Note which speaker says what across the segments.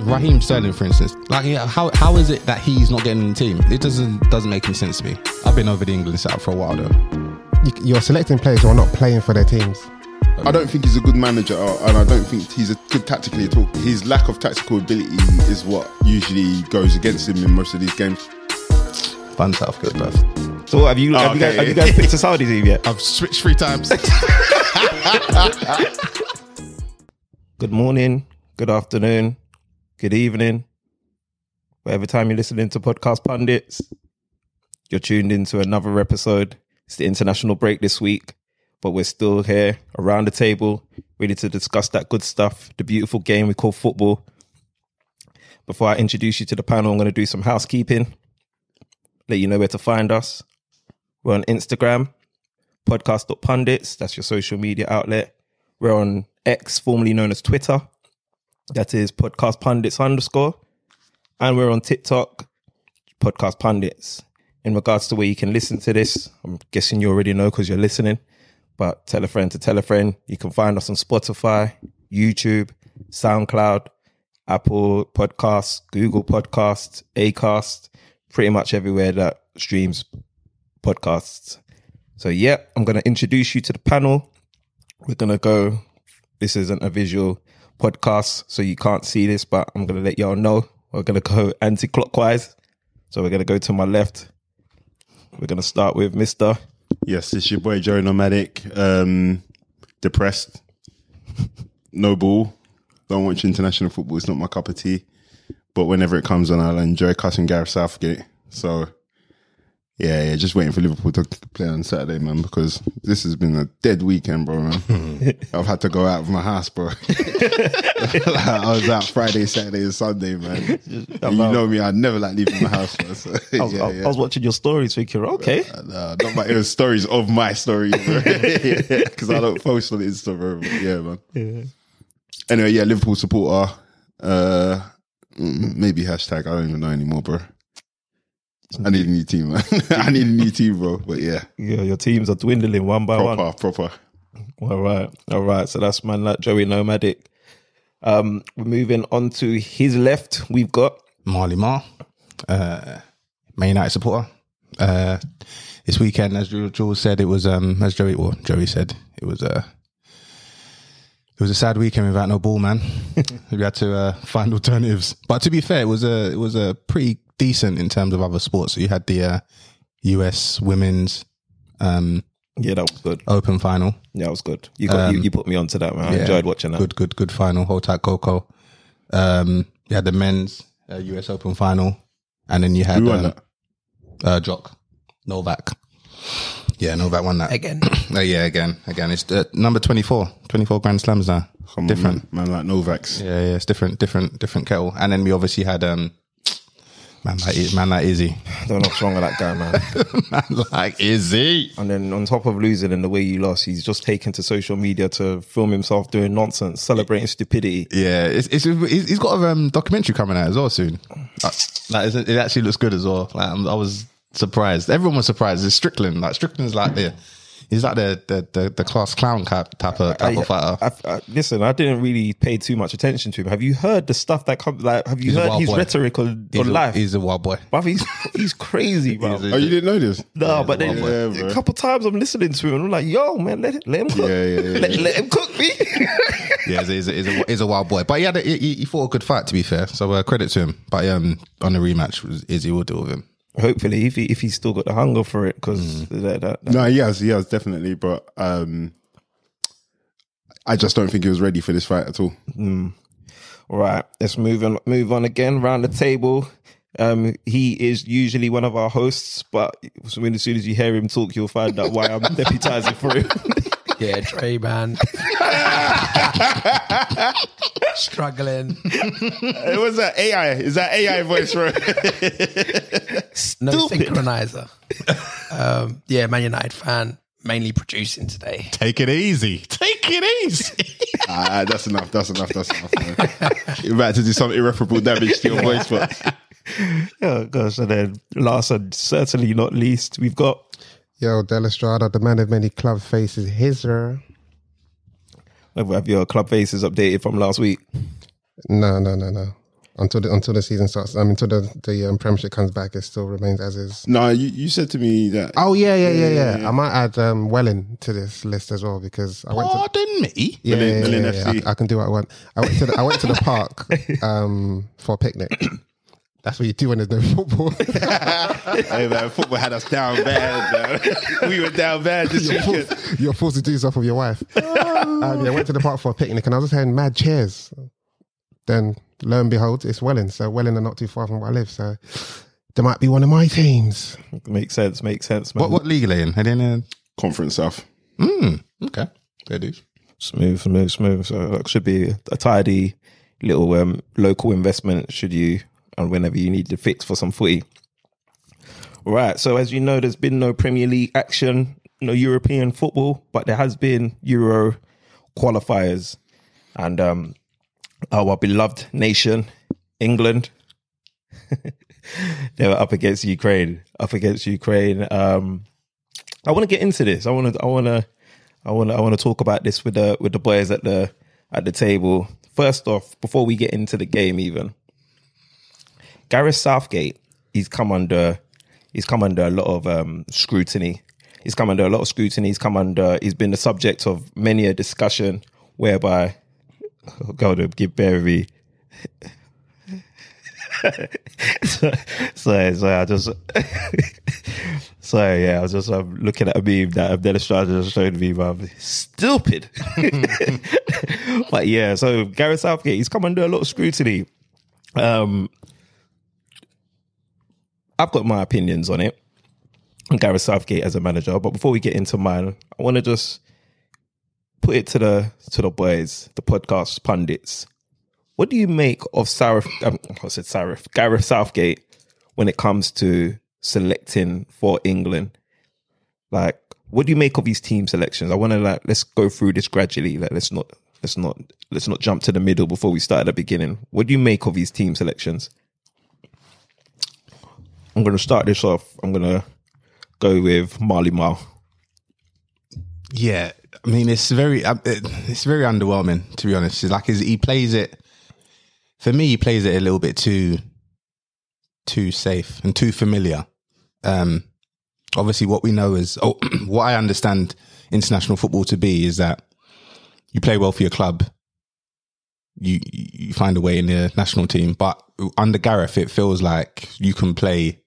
Speaker 1: Raheem Sterling, for instance, like yeah, how how is it that he's not getting in the team? It doesn't doesn't make any sense to me. I've been over the England setup for a while though.
Speaker 2: You- You're selecting players who are not playing for their teams.
Speaker 3: I don't think he's a good manager, uh, and I don't think he's a good tactically at all. His lack of tactical ability is what usually goes against him in most of these games.
Speaker 1: Fun Southgate, bruv.
Speaker 4: So have you have, you guys,
Speaker 3: okay.
Speaker 4: have you guys picked a Saudi team yet?
Speaker 1: I've switched three times.
Speaker 4: Good morning, good afternoon, good evening. Whatever time you're listening to Podcast Pundits, you're tuned into another episode. It's the international break this week, but we're still here around the table, ready to discuss that good stuff, the beautiful game we call football. Before I introduce you to the panel, I'm going to do some housekeeping, let you know where to find us. We're on Instagram, podcast.pundits, that's your social media outlet. We're on X, formerly known as Twitter. That is podcast pundits underscore. And we're on TikTok, podcast pundits. In regards to where you can listen to this, I'm guessing you already know because you're listening, but tell a friend to tell a friend. You can find us on Spotify, YouTube, SoundCloud, Apple Podcasts, Google Podcasts, Acast, pretty much everywhere that streams podcasts. So, yeah, I'm going to introduce you to the panel we're gonna go. This isn't a visual podcast, so you can't see this, but I'm gonna let y'all know. We're gonna go anti-clockwise. So we're gonna go to my left. We're gonna start with Mister.
Speaker 3: Yes, it's your boy Joe Nomadic. Um, depressed, no ball. Don't watch international football. It's not my cup of tea. But whenever it comes on, I'll enjoy cussing Gareth Southgate. So, yeah, yeah, just waiting for Liverpool to play on Saturday, man. Because this has been a dead weekend, bro. Man, I've had to go out of my house, bro. Like, I was out Friday, Saturday, and Sunday, man. And you know me, I never like leaving my house. Man, so,
Speaker 4: I was,
Speaker 3: yeah,
Speaker 4: I,
Speaker 3: yeah.
Speaker 4: I was watching your stories, thinking, okay,
Speaker 3: Nah, Uh, not my it was stories of my story because I don't post on Insta. Bro. but Yeah, man. Anyway, yeah, Liverpool supporter. Uh, mm, maybe hashtag. I don't even know anymore, bro. I need a new team, man. I need a new team, bro. But yeah,
Speaker 4: yeah, your teams are dwindling one by one.
Speaker 3: proper, proper.
Speaker 4: All right, all right. So that's man like Joey Nomadic. Um, we're moving on to his left. We've got
Speaker 1: Marley Mar, uh, Man United supporter. Uh, this weekend, as Drew, Drew said, it was um, as Joey or Joey said, it was a it was a sad weekend without no ball, man. we had to uh, find alternatives. But to be fair, it was a it was a pretty decent in terms of other sports. So you had the uh, U.S. Women's um,
Speaker 4: yeah, that was good.
Speaker 1: Open final.
Speaker 4: Yeah, that was good. You got you, you put me onto that man. I enjoyed watching that.
Speaker 1: Good, good, good final. Hold tight, Coco. Um, you had the men's uh, U.S. Open final, and then you had
Speaker 3: Who won
Speaker 1: um,
Speaker 3: that?
Speaker 1: uh, Jock Novak. Yeah, Novak won that again. yeah, again, again. It's uh, number 24, 24 Grand Slams now.
Speaker 3: Come on,
Speaker 1: different.
Speaker 3: man, man like Novak's.
Speaker 1: Yeah, yeah, it's different, different, different kettle. And then we obviously had um, man like Iz- man like Izzy,
Speaker 4: I don't know what's wrong with that guy, man.
Speaker 1: man like Izzy.
Speaker 4: And then on top of losing in the way you lost, he's just taken to social media to film himself doing nonsense, celebrating stupidity.
Speaker 1: Yeah, it's, it's he's he's got a um, documentary coming out as well soon. Uh, That is, it actually looks good as well. Like I'm, I was surprised. Everyone was surprised. It's Strickland. Like Strickland's like the he's like the the the, the class clown type type of type of fighter.
Speaker 4: I, I, listen, I didn't really pay too much attention to him. Have you heard the stuff that comes? Like, have you
Speaker 1: He's a
Speaker 4: heard
Speaker 1: wild
Speaker 4: his
Speaker 1: boy.
Speaker 4: rhetoric on,
Speaker 1: he's
Speaker 4: on
Speaker 1: a,
Speaker 4: life?
Speaker 1: He's a wild boy.
Speaker 4: Bruv, he's, he's crazy, bro.
Speaker 1: He's a-
Speaker 3: Oh, you didn't know this?
Speaker 4: No, but then
Speaker 3: wild boy.
Speaker 4: a couple times I'm listening to him, and I'm like, "Yo, man, let let him cook,
Speaker 3: Yeah, yeah, yeah,
Speaker 4: let,
Speaker 3: yeah.
Speaker 4: let him cook me."
Speaker 1: yeah, he's a, he's, a, he's a wild boy. But he had a, he, he fought a good fight to be fair. So uh, credit to him. But um, on the rematch, Izzy will deal with him.
Speaker 4: Hopefully, if he if he's still got the hunger for it, because
Speaker 1: Mm.
Speaker 4: that, that, that-
Speaker 3: No, he has, he has definitely, but um, I just don't think he was ready for this fight at all.
Speaker 4: Right, let's move on. Move on again round the table. Um, he is usually one of our hosts, but when, as soon as you hear him talk, you'll find out why I'm deputizing for him.
Speaker 5: Yeah, Trey man. Struggling.
Speaker 3: It was that AI. Is that AI voice, bro?
Speaker 5: No synchronizer. Um, yeah, Man United fan, mainly producing today.
Speaker 1: Take it easy. Take it easy.
Speaker 3: Ah, that's enough. That's enough. That's enough. Man. You're about to do some irreparable damage to your voice, but
Speaker 4: oh gosh! And then last and certainly not least, we've got
Speaker 2: Yo, Del Estrada, the man of many club faces. His er.
Speaker 4: have, have your club faces updated from last week.
Speaker 2: No, no, no, no. until the, until the season starts. I mean, until the the um, Premiership comes back, it still remains as is.
Speaker 3: No, you, you said to me that.
Speaker 2: Oh yeah, yeah, yeah, yeah. I might add um, Welling to this list as well because I went to
Speaker 1: Pardon me.
Speaker 2: yeah,
Speaker 3: Welling-
Speaker 2: yeah,
Speaker 3: Welling
Speaker 2: yeah,
Speaker 3: FC.
Speaker 2: yeah. I, I can do what I want. I went to the, I went to the park um, for a picnic. That's what you do when there's no football.
Speaker 3: Hey, man, football had us down bad. Man. we were down bad this
Speaker 2: you're,
Speaker 3: weekend.
Speaker 2: forced, you're forced to do stuff with your wife. um, yeah, I went to the park for a picnic and I was just hearing mad cheers. Then lo and behold, it's Welling. So Welling are not too far from where I live. So there might be one of my teams.
Speaker 4: Makes sense. Makes sense, man.
Speaker 1: What what league are they in? Are they in? A,
Speaker 3: Conference South.
Speaker 1: mm, okay, fair dues.
Speaker 4: Smooth, smooth, smooth. So that should be a tidy little um, local investment should you and whenever you need to fix for some footy. All right. So as you know, there's been no Premier League action, no European football, but there has been Euro qualifiers, and um, our beloved nation, England. they were up against Ukraine. Up against Ukraine. Um, I want to get into this. I want to. I want to. I want to. I want to talk about this with the with the boys at the at the table. First off, before we get into the game, even Gareth Southgate, he's come under he's come under a lot of um, scrutiny. He's come under a lot of scrutiny. He's come under. He's been the subject of many a discussion whereby, oh God, give bear me. sorry, sorry, I just sorry, yeah, I was just um, looking at a meme that Abdel Estrada just showed me, but I'm stupid. but yeah, so Gareth Southgate, he's come under a lot of scrutiny. Um, I've got my opinions on it. on Gareth Southgate as a manager, but before we get into mine, I want to just put it to the to the boys, the podcast pundits. What do you make of Sarif? Um, I said Sarif Gareth Southgate when it comes to selecting for England. Like, what do you make of his team selections? I want to like let's go through this gradually. Like, let's not let's not let's not jump to the middle before we start at the beginning. What do you make of his team selections? I'm gonna start this off. I'm gonna go with Marley Marl.
Speaker 1: Yeah, I mean it's very um, it, it's very underwhelming to be honest. It's like his, he plays it for me. He plays it a little bit too too safe and too familiar. Um, obviously, what we know is oh, what I understand international football to be is that you play well for your club, you you find a way in the national team. But under Gareth, it feels like you can play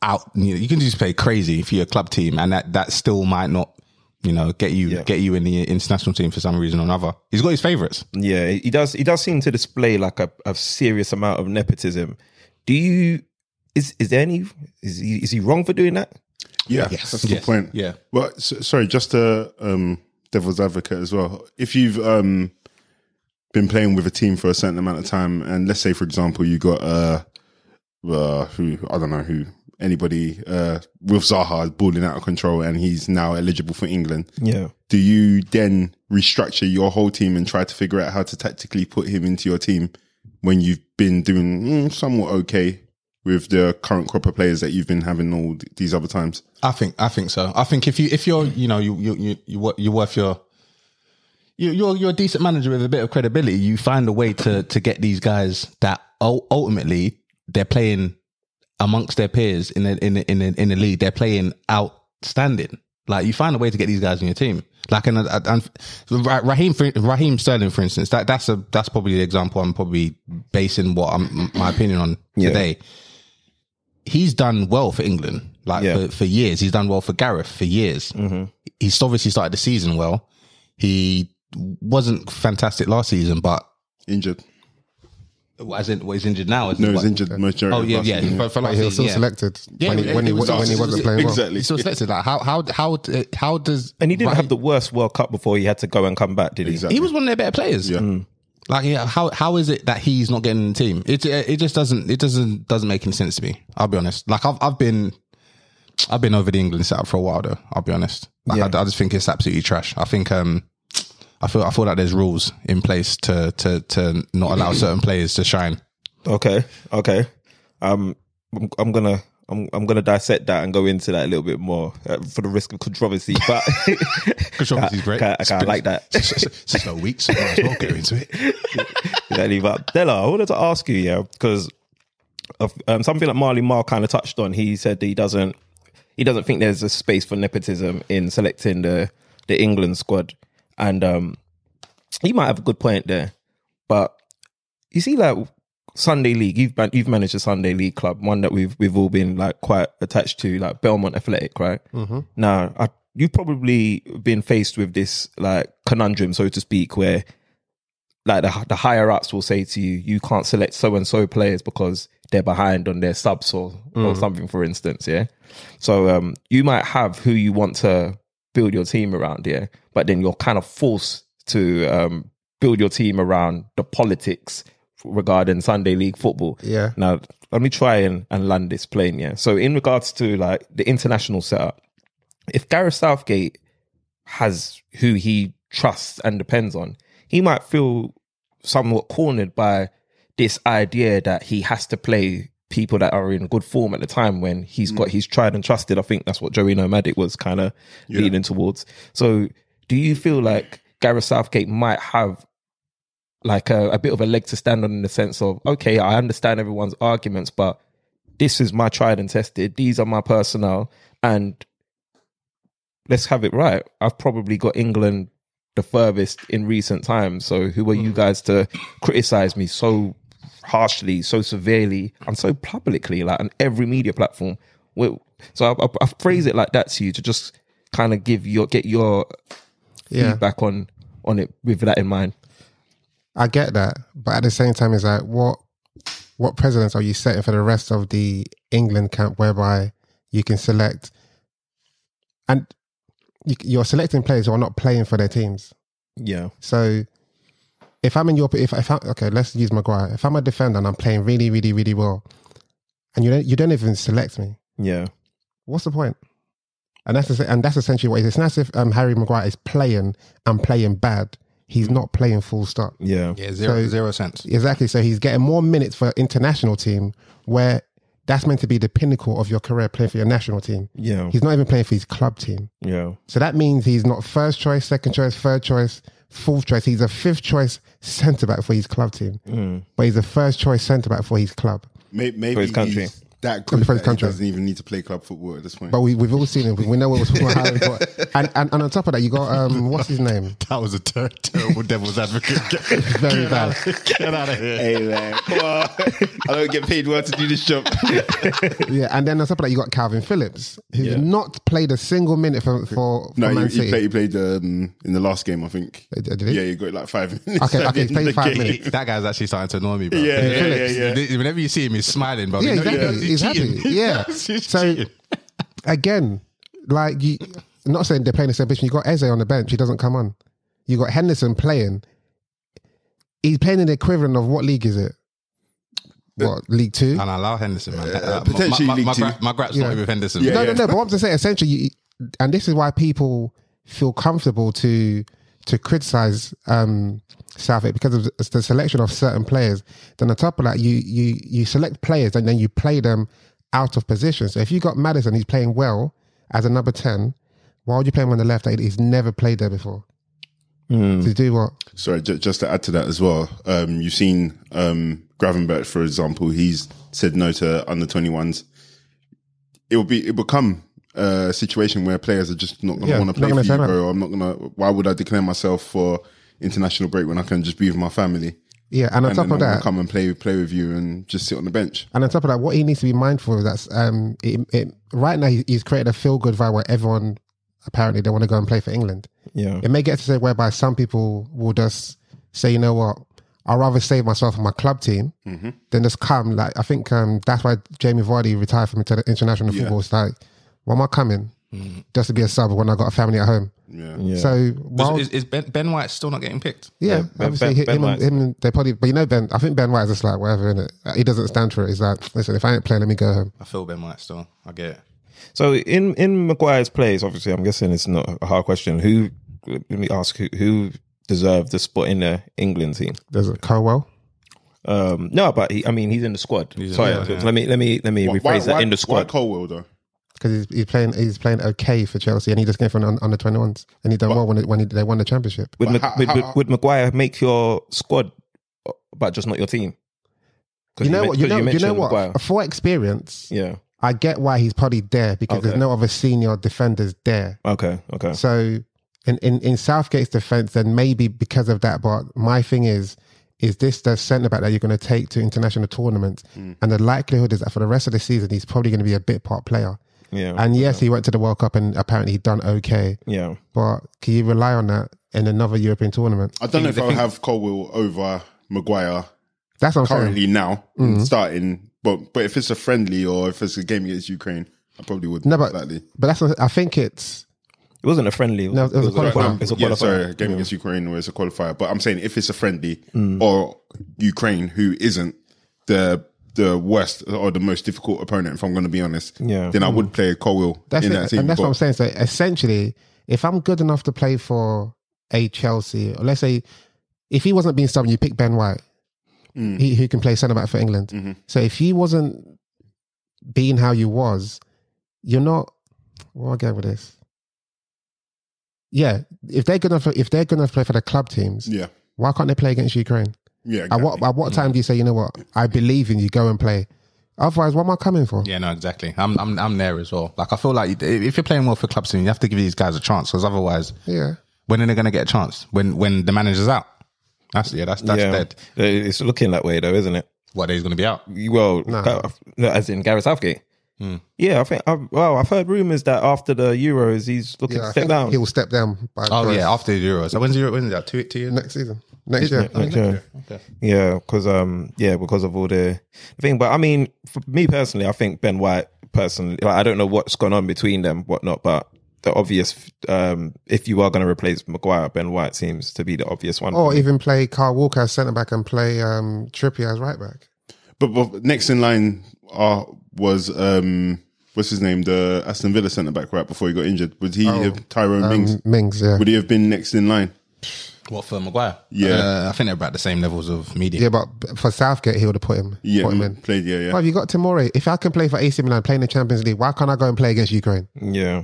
Speaker 1: out. You, know, you can just play crazy for your club team, and that that still might not, you know, get you
Speaker 4: Yeah.
Speaker 1: get you in the international team for some reason or another. He's got his favourites.
Speaker 4: Yeah, he does. He does seem to display like a, a serious amount of nepotism. Do you? Is is there any? Is he is he wrong for doing that?
Speaker 3: Yeah, that's a good
Speaker 1: Yes.
Speaker 3: point.
Speaker 1: Yeah.
Speaker 3: Well, so, sorry, just a um, devil's advocate as well. If you've um, been playing with a team for a certain amount of time, and let's say, for example, you got uh, uh, who I don't know who anybody uh, with Zaha is balling out of control, and he's now eligible for England.
Speaker 4: Yeah,
Speaker 3: Do you then restructure your whole team and try to figure out how to tactically put him into your team when you've been doing mm, somewhat okay with the current crop of players that you've been having all th- these other times?
Speaker 1: I think I think so. I think if you if you're you know you you you you wor- you're worth your you- you're you're a decent manager with a bit of credibility. You find a way to to get these guys that ul- ultimately they're playing amongst their peers in the, in the, in the, in the league. They're playing outstanding. Like you find a way to get these guys in your team. Like and, and, and Ra- Raheem for, Raheem Sterling, for instance, that that's a that's probably the example I'm probably basing what I'm, my opinion on today. He's done well for England, like
Speaker 4: Yeah.
Speaker 1: for, for years. He's done well for Gareth for years.
Speaker 3: Mm-hmm.
Speaker 1: He's obviously started the season well. He wasn't fantastic last season, but
Speaker 3: Injured.
Speaker 1: as in, well, he's injured now. Isn't
Speaker 3: No,
Speaker 1: he?
Speaker 3: he's
Speaker 1: What-
Speaker 3: injured majority.
Speaker 1: Oh
Speaker 3: of
Speaker 1: yeah,
Speaker 3: last
Speaker 1: yeah.
Speaker 3: season.
Speaker 1: For, for
Speaker 2: But
Speaker 1: last
Speaker 2: he was
Speaker 1: season,
Speaker 2: still
Speaker 1: yeah.
Speaker 2: selected
Speaker 1: Yeah,
Speaker 2: when, he,
Speaker 1: it-
Speaker 2: when, he,
Speaker 1: it was
Speaker 2: when he
Speaker 1: us.
Speaker 2: wasn't playing well.
Speaker 3: Exactly.
Speaker 1: He's still selected. Like how how how how does
Speaker 4: and he didn't
Speaker 1: Raheem-
Speaker 4: have the worst World Cup before he had to go and come back, did he?
Speaker 3: Exactly.
Speaker 1: he was one of their better players.
Speaker 3: Yeah.
Speaker 4: Mm.
Speaker 1: Like yeah, how how is it that he's not getting in the team? It it just doesn't it doesn't doesn't make any sense to me. I'll be honest. Like I've I've been I've been over the England setup for a while though. I'll be honest. Like I, I just think it's absolutely trash. I think um I feel I feel like there's rules in place to to to not allow certain players to shine.
Speaker 4: Okay, okay. Um, I'm, I'm gonna I'm I'm gonna dissect that and go into that a little bit more uh, for the risk of controversy. But
Speaker 1: Controversy is
Speaker 4: I-
Speaker 1: great.
Speaker 4: I, I kinda like that.
Speaker 1: It's, it's, it's just no week, so might as well go into it.
Speaker 4: exactly. But Della, I wanted to ask you, yeah, because of um, something that Marley Marl kind of touched on. He said that he doesn't he doesn't think there's a space for nepotism in selecting the the England squad, and um, he might have a good point there. But you see, like Sunday League, you've man- you've managed a Sunday League club, one that we've we've all been like quite attached to, like Belmont Athletic, right? Mm-hmm. Now, I, you've probably been faced with this like conundrum, so to speak, where like the, the higher ups will say to you, you can't select so and so players because they're behind on their subs or, or something, for instance. Yeah. So um, you might have who you want to build your team around, yeah, but then you're kind of forced to um, build your team around the politics regarding Sunday league football.
Speaker 2: Yeah.
Speaker 4: Now, let me try and, and land this plane, yeah. So, in regards to like the international setup, if Gareth Southgate has who he trusts and depends on, he might feel somewhat cornered by this idea that he has to play people that are in good form at the time when he's got he's tried and trusted. I think that's what Joey Nomadic was kind of leaning towards. So, do you feel like Gareth Southgate might have like a, a bit of a leg to stand on in the sense of okay, I understand everyone's arguments, but this is my tried and tested. These are my personnel, and let's have it right. I've probably got England the furthest in recent times. So who are you guys to criticize me so harshly, so severely, and so publicly, like on every media platform? Well, So I, I, I phrase it like that to you to just kind of give your get your
Speaker 2: Yeah.
Speaker 4: feedback on on it with that in mind.
Speaker 2: I get that, but at the same time, it's like what what precedents are you setting for the rest of the England camp, whereby you can select and you, you're selecting players who are not playing for their teams.
Speaker 4: Yeah,
Speaker 2: So if I'm in your if if I, okay, let's use Maguire. If I'm a defender and I'm playing really, really, really well, and you don't you don't even select me,
Speaker 4: yeah,
Speaker 2: what's the point? And that's the, and that's essentially what it is. It's not as if um, Harry Maguire is playing and playing bad. He's not playing full stop.
Speaker 4: yeah,
Speaker 1: Yeah, zero,
Speaker 2: So-
Speaker 1: zero sense.
Speaker 2: Exactly. So he's getting more minutes for international team where that's meant to be the pinnacle of your career playing for your national team.
Speaker 4: yeah,
Speaker 2: He's not even playing for his club team.
Speaker 4: yeah,
Speaker 2: So that means he's not first choice, second choice, third choice, fourth choice. He's a fifth choice centre back for his club team,
Speaker 3: Mm.
Speaker 2: but he's a first choice centre back for his club.
Speaker 3: May- Maybe
Speaker 4: For his country.
Speaker 3: he's that good
Speaker 2: For his
Speaker 3: that he
Speaker 2: country.
Speaker 3: doesn't even need to play club football at this point.
Speaker 2: But we, we've all seen him. We know what was what happened. But- And, and and on top of that, you got um, what's his name?
Speaker 1: That was a ter- terrible devil's advocate. Get,
Speaker 2: Very bad.
Speaker 1: get out of here.
Speaker 3: hey man, come on! I don't get paid well to do this job.
Speaker 2: Yeah, and then on top of that, you got Calvin Phillips, who's not played a single minute for for, for
Speaker 3: no,
Speaker 2: Man
Speaker 3: you,
Speaker 2: City.
Speaker 3: you played. You played um, in the last game, I think.
Speaker 2: Uh, did he?
Speaker 3: Yeah, you got like five minutes.
Speaker 2: Okay,
Speaker 3: at
Speaker 2: okay,
Speaker 3: the end
Speaker 2: play
Speaker 3: of the
Speaker 2: five
Speaker 3: game.
Speaker 2: minutes.
Speaker 1: That guy's actually starting to annoy me, bro.
Speaker 3: Yeah, yeah, yeah,
Speaker 1: Phillips,
Speaker 3: yeah.
Speaker 1: th- Whenever you see him, he's smiling, bro.
Speaker 2: Yeah,
Speaker 1: You know
Speaker 2: exactly.
Speaker 1: he's- he's
Speaker 2: He's
Speaker 1: cheating.
Speaker 2: happy. Yeah.
Speaker 1: He's
Speaker 2: So-
Speaker 1: cheating.
Speaker 2: again, like you, not saying they're playing the same position. You got Eze on the bench; he doesn't come on. You got Henderson playing. He's playing in the equivalent of what league is it? What league two?
Speaker 1: And I allow Henderson, man. That- that- my-
Speaker 3: potentially
Speaker 1: my, my,
Speaker 3: League
Speaker 1: my,
Speaker 3: Two.
Speaker 1: gra- my grap's
Speaker 2: Yeah.
Speaker 1: not with Henderson.
Speaker 3: Yeah,
Speaker 2: no,
Speaker 1: man.
Speaker 2: no, no. But what I'm saying, essentially, you, and this is why people feel comfortable to to criticize um, Southgate because of the- the selection of certain players. Then on top of that, you you you select players and then you play them out of position. So if you got Madison, he's playing well as a number ten. Why would you play him on the left? He's never played there before.
Speaker 3: Hmm.
Speaker 2: To do what?
Speaker 3: Sorry, ju- just to add to that as well, um, you've seen um, Gravenberch, for example, he's said no to under 21s. It will be it will come a situation where players are just not going to
Speaker 2: Yeah,
Speaker 3: want
Speaker 2: not
Speaker 3: to play
Speaker 2: gonna
Speaker 3: for
Speaker 2: turn
Speaker 3: you,
Speaker 2: up.
Speaker 3: bro. I'm not going to. Why would I declare myself for international break when I can just be with my family
Speaker 2: Yeah, and on top
Speaker 3: and
Speaker 2: of
Speaker 3: then I'm gonna
Speaker 2: that,
Speaker 3: come and play play with you and just sit on the bench?
Speaker 2: And on top of that, what he needs to be mindful of that's um, it, it, right now he- he's created a feel good vibe where everyone apparently they want to go and play for England.
Speaker 4: yeah,
Speaker 2: It may get to say whereby some people will just say, you know what, I'd rather save myself for my club team
Speaker 4: Mm-hmm.
Speaker 2: than just come. Like I think um, that's why Jamie Vardy retired from inter- international football. It's like, why am I coming just to be a sub when I got a family at home?
Speaker 3: Yeah.
Speaker 4: yeah.
Speaker 1: So
Speaker 2: So while,
Speaker 1: Is, is ben, ben White still not getting picked?
Speaker 2: yeah,
Speaker 4: Ben-
Speaker 2: obviously
Speaker 4: Ben-
Speaker 2: him,
Speaker 4: Ben
Speaker 2: and, him and they probably, but you know Ben, I think Ben White is just like whatever in it. He doesn't stand for it. He's like, listen, if I ain't playing, let me go home.
Speaker 1: I feel Ben White still. I get it.
Speaker 4: So in in Maguire's place, obviously, I'm guessing it's not a hard question. Who let me ask who, who deserved the spot in the England team?
Speaker 2: There's a Colwell.
Speaker 4: Um, no, but he, I mean, he's in the squad.
Speaker 1: He's in
Speaker 4: Sorry,
Speaker 1: the squad,
Speaker 4: let me let me let me
Speaker 3: Why-
Speaker 4: rephrase
Speaker 3: why-
Speaker 4: that.
Speaker 3: why-
Speaker 4: in the
Speaker 3: Why
Speaker 4: squad,
Speaker 3: Colwell though?
Speaker 2: because he's, he's playing he's playing okay for Chelsea, and he just came from un- under twenty ones, and he done well when, it, when he, they won the championship.
Speaker 4: would,
Speaker 3: But
Speaker 4: Mag-
Speaker 3: how-
Speaker 4: would,
Speaker 3: how-
Speaker 4: would, would Maguire make your squad, but just not your team? 'Cause
Speaker 2: You know
Speaker 4: men-
Speaker 2: what? You
Speaker 4: 'cause
Speaker 2: know, you, know
Speaker 4: mentioned
Speaker 2: what?
Speaker 4: Maguire.
Speaker 2: For experience,
Speaker 4: Yeah.
Speaker 2: I get why he's probably there because
Speaker 4: Okay.
Speaker 2: there's no other senior defenders there.
Speaker 4: Okay. Okay.
Speaker 2: So in, in, in Southgate's defense, then maybe because of that. But my thing is, is this the centre back that you're going to take to international tournaments?
Speaker 4: Mm.
Speaker 2: And the likelihood is that for the rest of the season, he's probably going to be a bit part player.
Speaker 4: Yeah.
Speaker 2: And yes, he went to the World Cup and apparently he done okay.
Speaker 4: yeah.
Speaker 2: But can you rely on that in another European tournament?
Speaker 3: I don't know if I'll have Colwell over Maguire
Speaker 2: That's what I'm saying.
Speaker 3: currently now
Speaker 2: Mm-hmm.
Speaker 3: starting, but but if it's a friendly or if it's a game against Ukraine, I probably would.
Speaker 2: No, but
Speaker 3: likely.
Speaker 2: but that's what, I think it's
Speaker 4: It wasn't a friendly.
Speaker 2: No, it was a qualifier.
Speaker 4: It's a
Speaker 3: Um, yeah,
Speaker 4: qualifier.
Speaker 3: sorry, a game against Ukraine where it's a qualifier. But I'm saying if it's a friendly
Speaker 2: Mm.
Speaker 3: or Ukraine who isn't the the worst or the most difficult opponent, if I'm going to be honest,
Speaker 4: Yeah.
Speaker 3: then I would play Colwell
Speaker 2: Mm. that's
Speaker 3: in
Speaker 2: it.
Speaker 3: that team.
Speaker 2: and that's
Speaker 3: but
Speaker 2: what I'm saying. So essentially, if I'm good enough to play for a Chelsea, or let's say if he wasn't being stubborn, you pick Ben White,
Speaker 3: mm,
Speaker 2: he, who can play centre back for England.
Speaker 3: mm-hmm.
Speaker 2: So if he wasn't being how you was, you're not. Where am I going with this? Yeah, if they're good enough, if they're good enough to play for the club teams,
Speaker 3: yeah,
Speaker 2: why can't they play against Ukraine?
Speaker 3: yeah,
Speaker 2: At what at what time do you say, you know what, I believe in you, go and play? Otherwise, what am I coming for?
Speaker 1: Yeah, no, exactly. I'm, I'm, I'm there as well. Like, I feel like if you're playing well for club team, you have to give these guys a chance because otherwise,
Speaker 2: yeah.
Speaker 1: when are they going to get a chance? When, when the manager's out? That's yeah, that's that's
Speaker 4: yeah.
Speaker 1: dead.
Speaker 4: It's looking that way though, isn't it?
Speaker 1: What day's going to be out?
Speaker 4: Well, Gar- no, as in Gareth Southgate. Yeah, I think. i well, I've heard rumors that after the Euros, he's looking
Speaker 2: I
Speaker 4: to step
Speaker 2: think
Speaker 4: down.
Speaker 2: He will step down. By
Speaker 1: Oh
Speaker 2: choice.
Speaker 1: yeah, after the Euros. So when's the Euro? When's that? Two, two years.
Speaker 2: next season, next year.
Speaker 4: Yeah. Yeah, because um, yeah, because of all the thing. But I mean, for me personally, I think Ben White personally. Like, I don't know what's gone on between them, whatnot. But the obvious, um, if you are going to replace Maguire, Ben White seems to be the obvious one.
Speaker 2: Or even play Carl Walker as centre back and play um, Trippier as right back.
Speaker 3: But, but next in line uh, was um, what's his name, the Aston Villa centre back right before he got injured. Would he have Tyrone Mings?
Speaker 2: Um, Mings, yeah,
Speaker 3: Would he have been next in line?
Speaker 1: What for Maguire?
Speaker 3: Yeah.
Speaker 1: uh, I think they're about the same levels of media.
Speaker 2: yeah. But for Southgate, he would have put him.
Speaker 3: Yeah,
Speaker 2: put him in.
Speaker 3: played. Yeah, yeah.
Speaker 2: Well, you got Tamori. If I can play for AC Milan, playing the Champions League, why can't I go and play against Ukraine?
Speaker 4: yeah,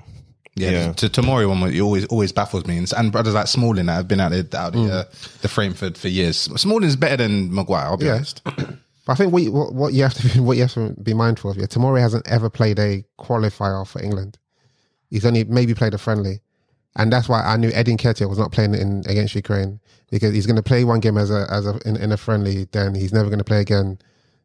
Speaker 1: Yeah, To Tomori one was- he always always baffles me, and, and brothers like Smalling that have been out the out the, uh, the frame for, for years. Smalling's better than Maguire. I'll be
Speaker 2: Yeah.
Speaker 1: honest.
Speaker 2: But I think what, you- what what you have to be, what you have to be mindful of. Yeah, Tamori hasn't ever played a qualifier for England. He's only maybe played a friendly, and that's why I knew Edin Ketia was not playing in against Ukraine because he's going to play one game as a as a in, in a friendly. Then he's never going to play again.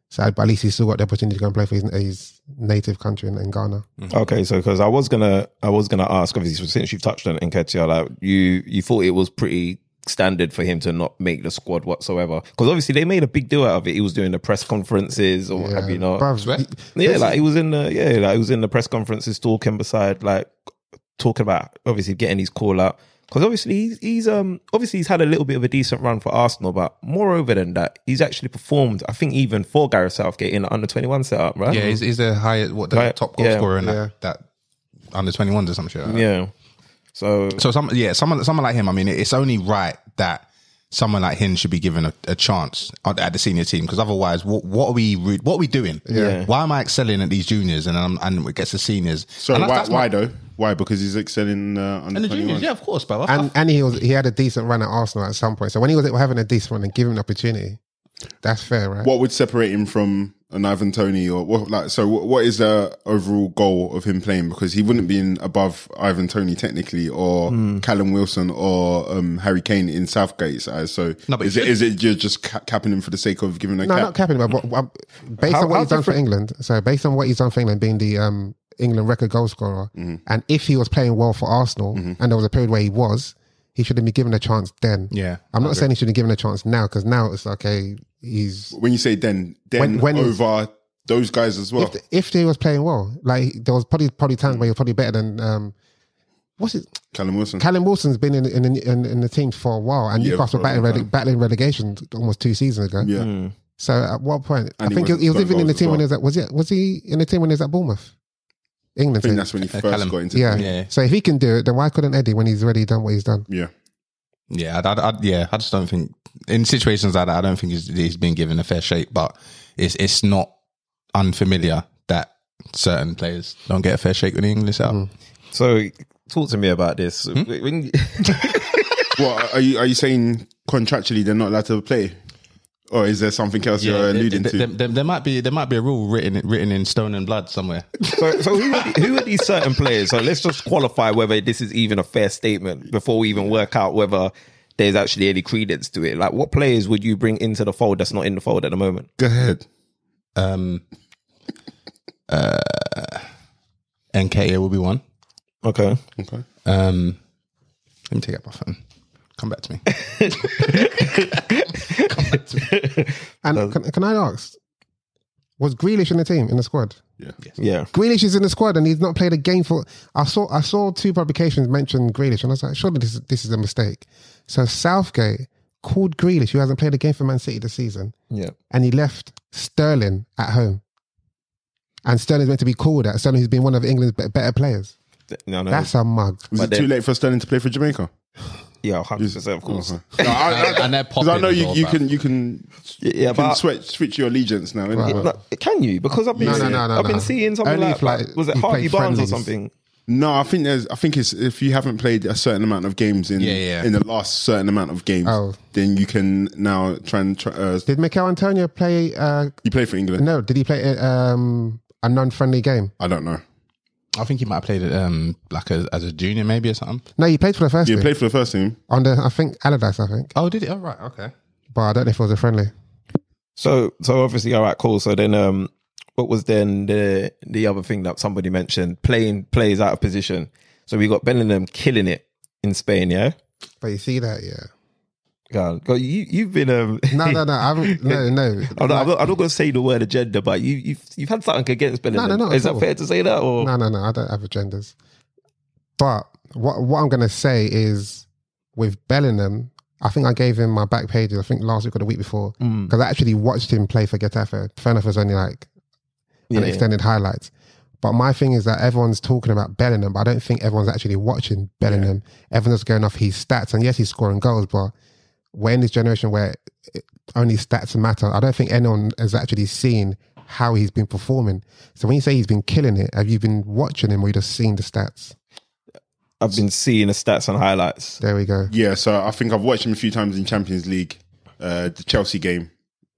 Speaker 2: So, but at least he's still got the opportunity to go and play for his, his native country in, in Ghana.
Speaker 4: Okay, so because I was gonna, I was gonna ask. Obviously, since you've touched on Nketiah, like you, you thought it was pretty standard for him to not make the squad whatsoever. Because obviously, they made a big deal out of it. He was doing the press conferences or what have you not?
Speaker 2: Bruv,
Speaker 1: Swear.
Speaker 4: yeah, like he was in the yeah, like he was in the press conferences talking beside like talking about obviously getting his call up because obviously he's, he's um obviously he's had a little bit of a decent run for Arsenal, but moreover than that, he's actually performed. I think even for Gareth Southgate in the under twenty one setup, right?
Speaker 1: Yeah, he's, he's the highest, what the
Speaker 4: Right,
Speaker 1: top goal
Speaker 4: yeah,
Speaker 1: scorer in that, that under twenty ones or some shit. Like that.
Speaker 4: yeah. So
Speaker 1: So some yeah, someone someone like him. I mean, it's only right that someone like him should be given a, a chance at, at the senior team because otherwise, what, what are we re- what are we doing?
Speaker 4: Yeah.
Speaker 1: Why am I excelling at these juniors and I'm, and it gets the seniors?
Speaker 3: So
Speaker 1: And that's-
Speaker 3: why,
Speaker 1: that's my-
Speaker 3: why though? Why? Because he's excelling uh,
Speaker 1: And
Speaker 3: under
Speaker 1: the
Speaker 3: 21.
Speaker 1: juniors, yeah, of course, bro. I-
Speaker 2: and and he was he had a decent run at Arsenal at some point. So when he was having a decent run and give him an opportunity, that's fair, right?
Speaker 3: What would separate him from an Ivan Tony or what? Like, so what, what is the overall goal of him playing? Because he wouldn't be in above Ivan Tony technically, or Callum Wilson, or um, Harry Kane in Southgate's eyes. So
Speaker 1: No, but
Speaker 3: is
Speaker 1: he
Speaker 3: it is it you're just ca- capping him for the sake of giving a
Speaker 2: No,
Speaker 3: cap?
Speaker 2: not capping, but, but, but based
Speaker 4: How-
Speaker 2: on what
Speaker 4: how
Speaker 2: he's done for
Speaker 4: different-
Speaker 2: England, so based on what he's done for England, being the um, England record goal scorer,
Speaker 3: Mm-hmm.
Speaker 2: and if he was playing well for Arsenal, and there was a period where he was, he should have been given a chance then.
Speaker 1: Yeah,
Speaker 2: I'm not saying he should have given a chance now because now it's okay. He's
Speaker 3: when you say then, then
Speaker 2: When- when is-
Speaker 3: over those guys as well.
Speaker 2: if, if he was playing well, like there was probably probably times where he was probably better than um, what's it?
Speaker 3: Callum Wilson.
Speaker 2: Callum Wilson's been in in, in, in the team for a while, and
Speaker 3: Yeah,
Speaker 2: Newcastle
Speaker 3: for a long
Speaker 2: battling,
Speaker 3: time.
Speaker 2: rele- battling relegation almost two seasons ago.
Speaker 3: yeah.
Speaker 2: So at what point?
Speaker 3: And
Speaker 2: I
Speaker 3: he
Speaker 2: think he
Speaker 3: was
Speaker 2: was, he was
Speaker 3: scoring
Speaker 2: even in the
Speaker 3: goals as
Speaker 2: team when he
Speaker 3: well.
Speaker 2: was at, was he was he in the team when he was at Bournemouth, England?
Speaker 3: I think
Speaker 2: team?
Speaker 3: that's when he first
Speaker 1: Callum.
Speaker 3: got into
Speaker 2: yeah.
Speaker 3: the team.
Speaker 1: Yeah.
Speaker 2: So if he can do it, then why couldn't Eddie when he's already done what he's done?
Speaker 3: Yeah.
Speaker 1: Yeah, I, I, I, yeah. I just don't think in situations like that, I don't think he's, he's been given a fair shake. But it's it's not unfamiliar that certain players don't get a fair shake when the English out.
Speaker 4: So talk to me about this.
Speaker 2: Hmm?
Speaker 4: When-
Speaker 3: What are you? Are you saying contractually they're not allowed to play, or is there something else you're
Speaker 1: there,
Speaker 3: alluding
Speaker 1: there-
Speaker 3: to?
Speaker 1: there- there- there might be there might be a rule written written in stone and blood somewhere.
Speaker 4: so, so who, are, the- who are these certain players? So let's just qualify whether this is even a fair statement before we even work out whether there's actually any credence to it. Like, what players would you bring into the fold that's not in the fold at the moment?
Speaker 3: Go ahead.
Speaker 1: Um, uh, NKA will be one.
Speaker 4: Okay.
Speaker 3: Okay.
Speaker 1: Um, let me take out my phone. Come back to me.
Speaker 2: And can, can I ask, was Grealish in the team in the squad?
Speaker 3: Yeah.
Speaker 4: Yeah.
Speaker 2: Grealish is in the squad and he's not played a game for. I saw I saw two publications mention Grealish and I was like, surely this is, this is a mistake. So Southgate called Grealish, who hasn't played a game for Man City this season,
Speaker 4: Yeah.
Speaker 2: and he left Sterling at home. And Sterling's meant to be called at Sterling, who's been one of England's be- better players.
Speaker 4: No, no.
Speaker 2: That's a mug.
Speaker 3: Was
Speaker 4: But
Speaker 3: it too
Speaker 4: then-
Speaker 3: late for Sterling to play for Jamaica?
Speaker 4: yeah, 100%, of course.
Speaker 3: Okay. No, I, I,
Speaker 1: And they're
Speaker 3: 'cause I know
Speaker 1: popping
Speaker 3: you,
Speaker 1: as
Speaker 3: you
Speaker 1: well,
Speaker 3: can you can
Speaker 4: Yeah, yeah,
Speaker 3: you can
Speaker 4: but-
Speaker 3: switch switch your allegiance now. innit?
Speaker 2: Right.
Speaker 4: No, can you? Because I've been,
Speaker 2: No, no,
Speaker 4: seeing,
Speaker 2: no, no,
Speaker 4: I've been
Speaker 2: no.
Speaker 4: seeing something
Speaker 2: Only
Speaker 4: like,
Speaker 2: if, like,
Speaker 4: was it
Speaker 2: you
Speaker 4: Harvey
Speaker 2: played
Speaker 4: Barnes or
Speaker 2: friendlies.
Speaker 4: something?
Speaker 3: No, I think there's. I think it's if you haven't played a certain amount of games in
Speaker 1: Yeah, yeah.
Speaker 3: in the last certain amount of games,
Speaker 2: Oh.
Speaker 3: then you can now try and try, uh,
Speaker 2: Did Mikel Antonio play? Uh,
Speaker 3: you play for England.
Speaker 2: no, did he play uh, um, a non-friendly game?
Speaker 3: I don't know.
Speaker 1: I think he might have played it um, like a, as a junior maybe or something.
Speaker 2: No, he played for the first
Speaker 3: You
Speaker 2: team.
Speaker 3: played for the first team.
Speaker 2: on the I think Allardyce, I think,
Speaker 1: Oh, did it? Oh, right. Okay.
Speaker 2: but I don't know if it was a friendly.
Speaker 4: So, so obviously, all right, cool. So then, um, what was then the the other thing that somebody mentioned? Playing players out of position. So we got Bellingham killing it in Spain. Yeah,
Speaker 2: But you see that, yeah.
Speaker 4: God, God, you you've been um.
Speaker 2: No, no, no. I haven't. No, no.
Speaker 4: I'm not, I'm not, I'm not going to say the word agenda, but you, you've you've had something against Bellingham.
Speaker 2: no, not
Speaker 4: Is
Speaker 2: at
Speaker 4: that
Speaker 2: all.
Speaker 4: fair to say that? Or
Speaker 2: No, no, no. I don't have agendas. But what what I'm gonna say is with Bellingham, I think I gave him my back pages. I think last week or the week before
Speaker 3: Mm.
Speaker 2: because I actually watched him play for Getafe. Fair enough, it was only like an
Speaker 4: Yeah.
Speaker 2: extended highlights. But my thing is that everyone's talking about Bellingham, but I don't think everyone's actually watching Bellingham. Everyone's going off his stats, and yes, he's scoring goals, but we're in this generation where it, only stats matter. I don't think anyone has actually seen how he's been performing. So when you say he's been killing it, have you been watching him or you just seen the stats?
Speaker 4: I've been seeing the stats and highlights.
Speaker 2: There we go.
Speaker 3: Yeah, so I think I've watched him a few times in Champions League, uh, the Chelsea game.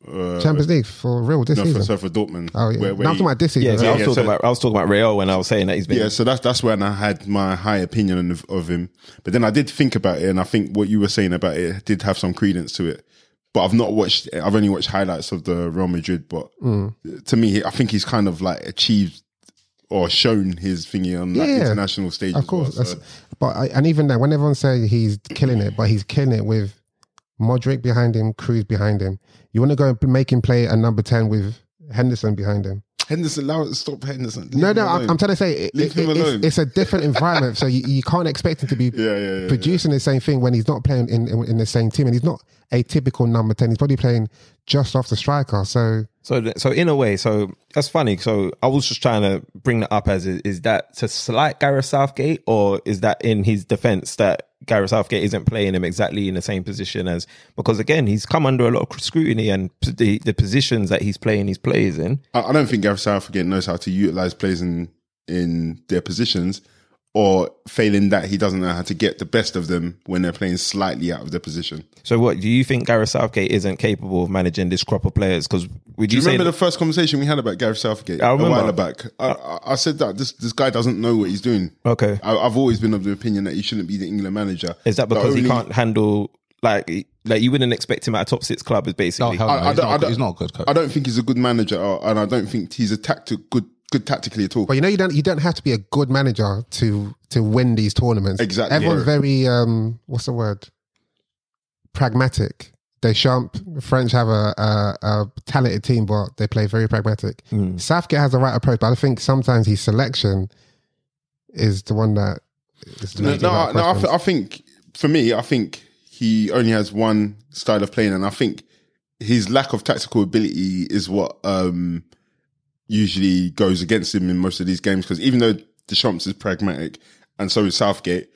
Speaker 3: Uh,
Speaker 2: Champions League for real this
Speaker 3: no, for,
Speaker 2: season.
Speaker 3: so for Dortmund.
Speaker 2: oh yeah,
Speaker 3: where- where
Speaker 2: now I'm
Speaker 3: he-
Speaker 2: talking about this season.
Speaker 4: Yeah, so I
Speaker 2: right?
Speaker 4: was
Speaker 3: yeah,
Speaker 4: talking
Speaker 3: so-
Speaker 4: about I was talking about Real when I was saying that he's been.
Speaker 3: Yeah, so that's that's when I had my high opinion of, of him. But then I did think about it, and I think what you were saying about it did have some credence to it. But I've not watched. I've only watched highlights of the Real Madrid. But
Speaker 2: Mm.
Speaker 3: to me, I think he's kind of like achieved or shown his thingy on like
Speaker 2: Yeah, yeah.
Speaker 3: international stage.
Speaker 2: Of course,
Speaker 3: well, so-
Speaker 2: that's- but I, and even then, when everyone says he's killing it, but he's killing it with Modric behind him, Cruz behind him. You want to go and make him play a number ten with Henderson behind him?
Speaker 3: Henderson, allow it- stop Henderson. Leave
Speaker 2: No,
Speaker 3: him
Speaker 2: no, I'm,
Speaker 3: alone.
Speaker 2: I'm trying to say it,
Speaker 3: Leave
Speaker 2: it-
Speaker 3: him
Speaker 2: it-
Speaker 3: alone.
Speaker 2: it's, it's a different environment, so you, you can't expect him to be
Speaker 3: yeah, yeah, yeah.
Speaker 2: producing the same thing when he's not playing in, in in the same team, and he's not a typical number ten. He's probably playing just off the striker. So
Speaker 4: So, th- so in a way, so that's funny. So I was just trying to bring that up as i- is that to slight Gareth Southgate, or is that in his defence that Gareth Southgate isn't playing him exactly in the same position as because again he's come under a lot of scrutiny and p- the the positions that he's playing his plays in.
Speaker 3: I, I don't think Gareth Southgate knows how to utilize players in in their positions, or failing that, he doesn't know how to get the best of them when they're playing slightly out of their position.
Speaker 4: So, what do you think Gareth Southgate isn't capable of managing this crop of players? Because would
Speaker 3: Do
Speaker 4: you,
Speaker 3: you
Speaker 4: say
Speaker 3: remember
Speaker 4: that-
Speaker 3: the first conversation we had about Gareth Southgate
Speaker 4: I
Speaker 3: a
Speaker 4: remember.
Speaker 3: while back? I, I, I said that this this guy doesn't know what he's doing.
Speaker 4: okay?
Speaker 3: I, I've always been of the opinion that he shouldn't be the England manager.
Speaker 4: Is that
Speaker 3: The
Speaker 4: because he
Speaker 3: only-
Speaker 4: can't handle like he- like you wouldn't expect him at a top six club? Is
Speaker 1: Oh,
Speaker 4: basically
Speaker 1: hell no.
Speaker 3: I- I
Speaker 1: he's,
Speaker 3: don't-
Speaker 1: not,
Speaker 3: I
Speaker 1: a good-
Speaker 3: don't-
Speaker 1: he's not a good coach.
Speaker 3: I don't think he's a good manager, uh, and I don't think he's a tactic good good tactically at all.
Speaker 2: But you know, you don't you don't have to be a good manager to to win these tournaments.
Speaker 3: Exactly.
Speaker 2: Everyone's
Speaker 3: Yeah.
Speaker 2: very um, what's the word? Pragmatic. Deschamps, French have a, a, a talented team, but they play very pragmatic.
Speaker 4: Hmm.
Speaker 3: Hmm.
Speaker 2: Southgate has the right approach, but I think sometimes his selection is the one that is
Speaker 3: No,
Speaker 2: leading to a lot
Speaker 3: no,
Speaker 2: of
Speaker 3: no I,
Speaker 2: questions.
Speaker 3: th- I think for me, I think he only has one style of playing, and I think his lack of tactical ability is what um, usually goes against him in most of these games. Because even though Deschamps is pragmatic, and so is Southgate,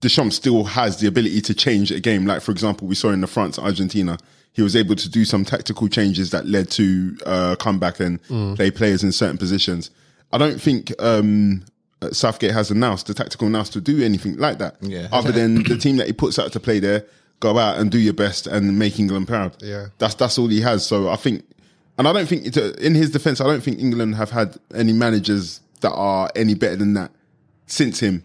Speaker 3: Deschamps still has the ability to change a game. Like for example, we saw in the France Argentina, he was able to do some tactical changes that led to uh, comeback and play players in certain positions. I don't think um, Southgate has a nous, the tactical nous, to do anything like that.
Speaker 1: Yeah.
Speaker 3: Other than the team that he puts out to play there, go out and do your best and make England proud.
Speaker 2: Yeah.
Speaker 3: That's that's all he has. So I think, and I don't think it's a- in his defense, I don't think England have had any managers that are any better than that since him.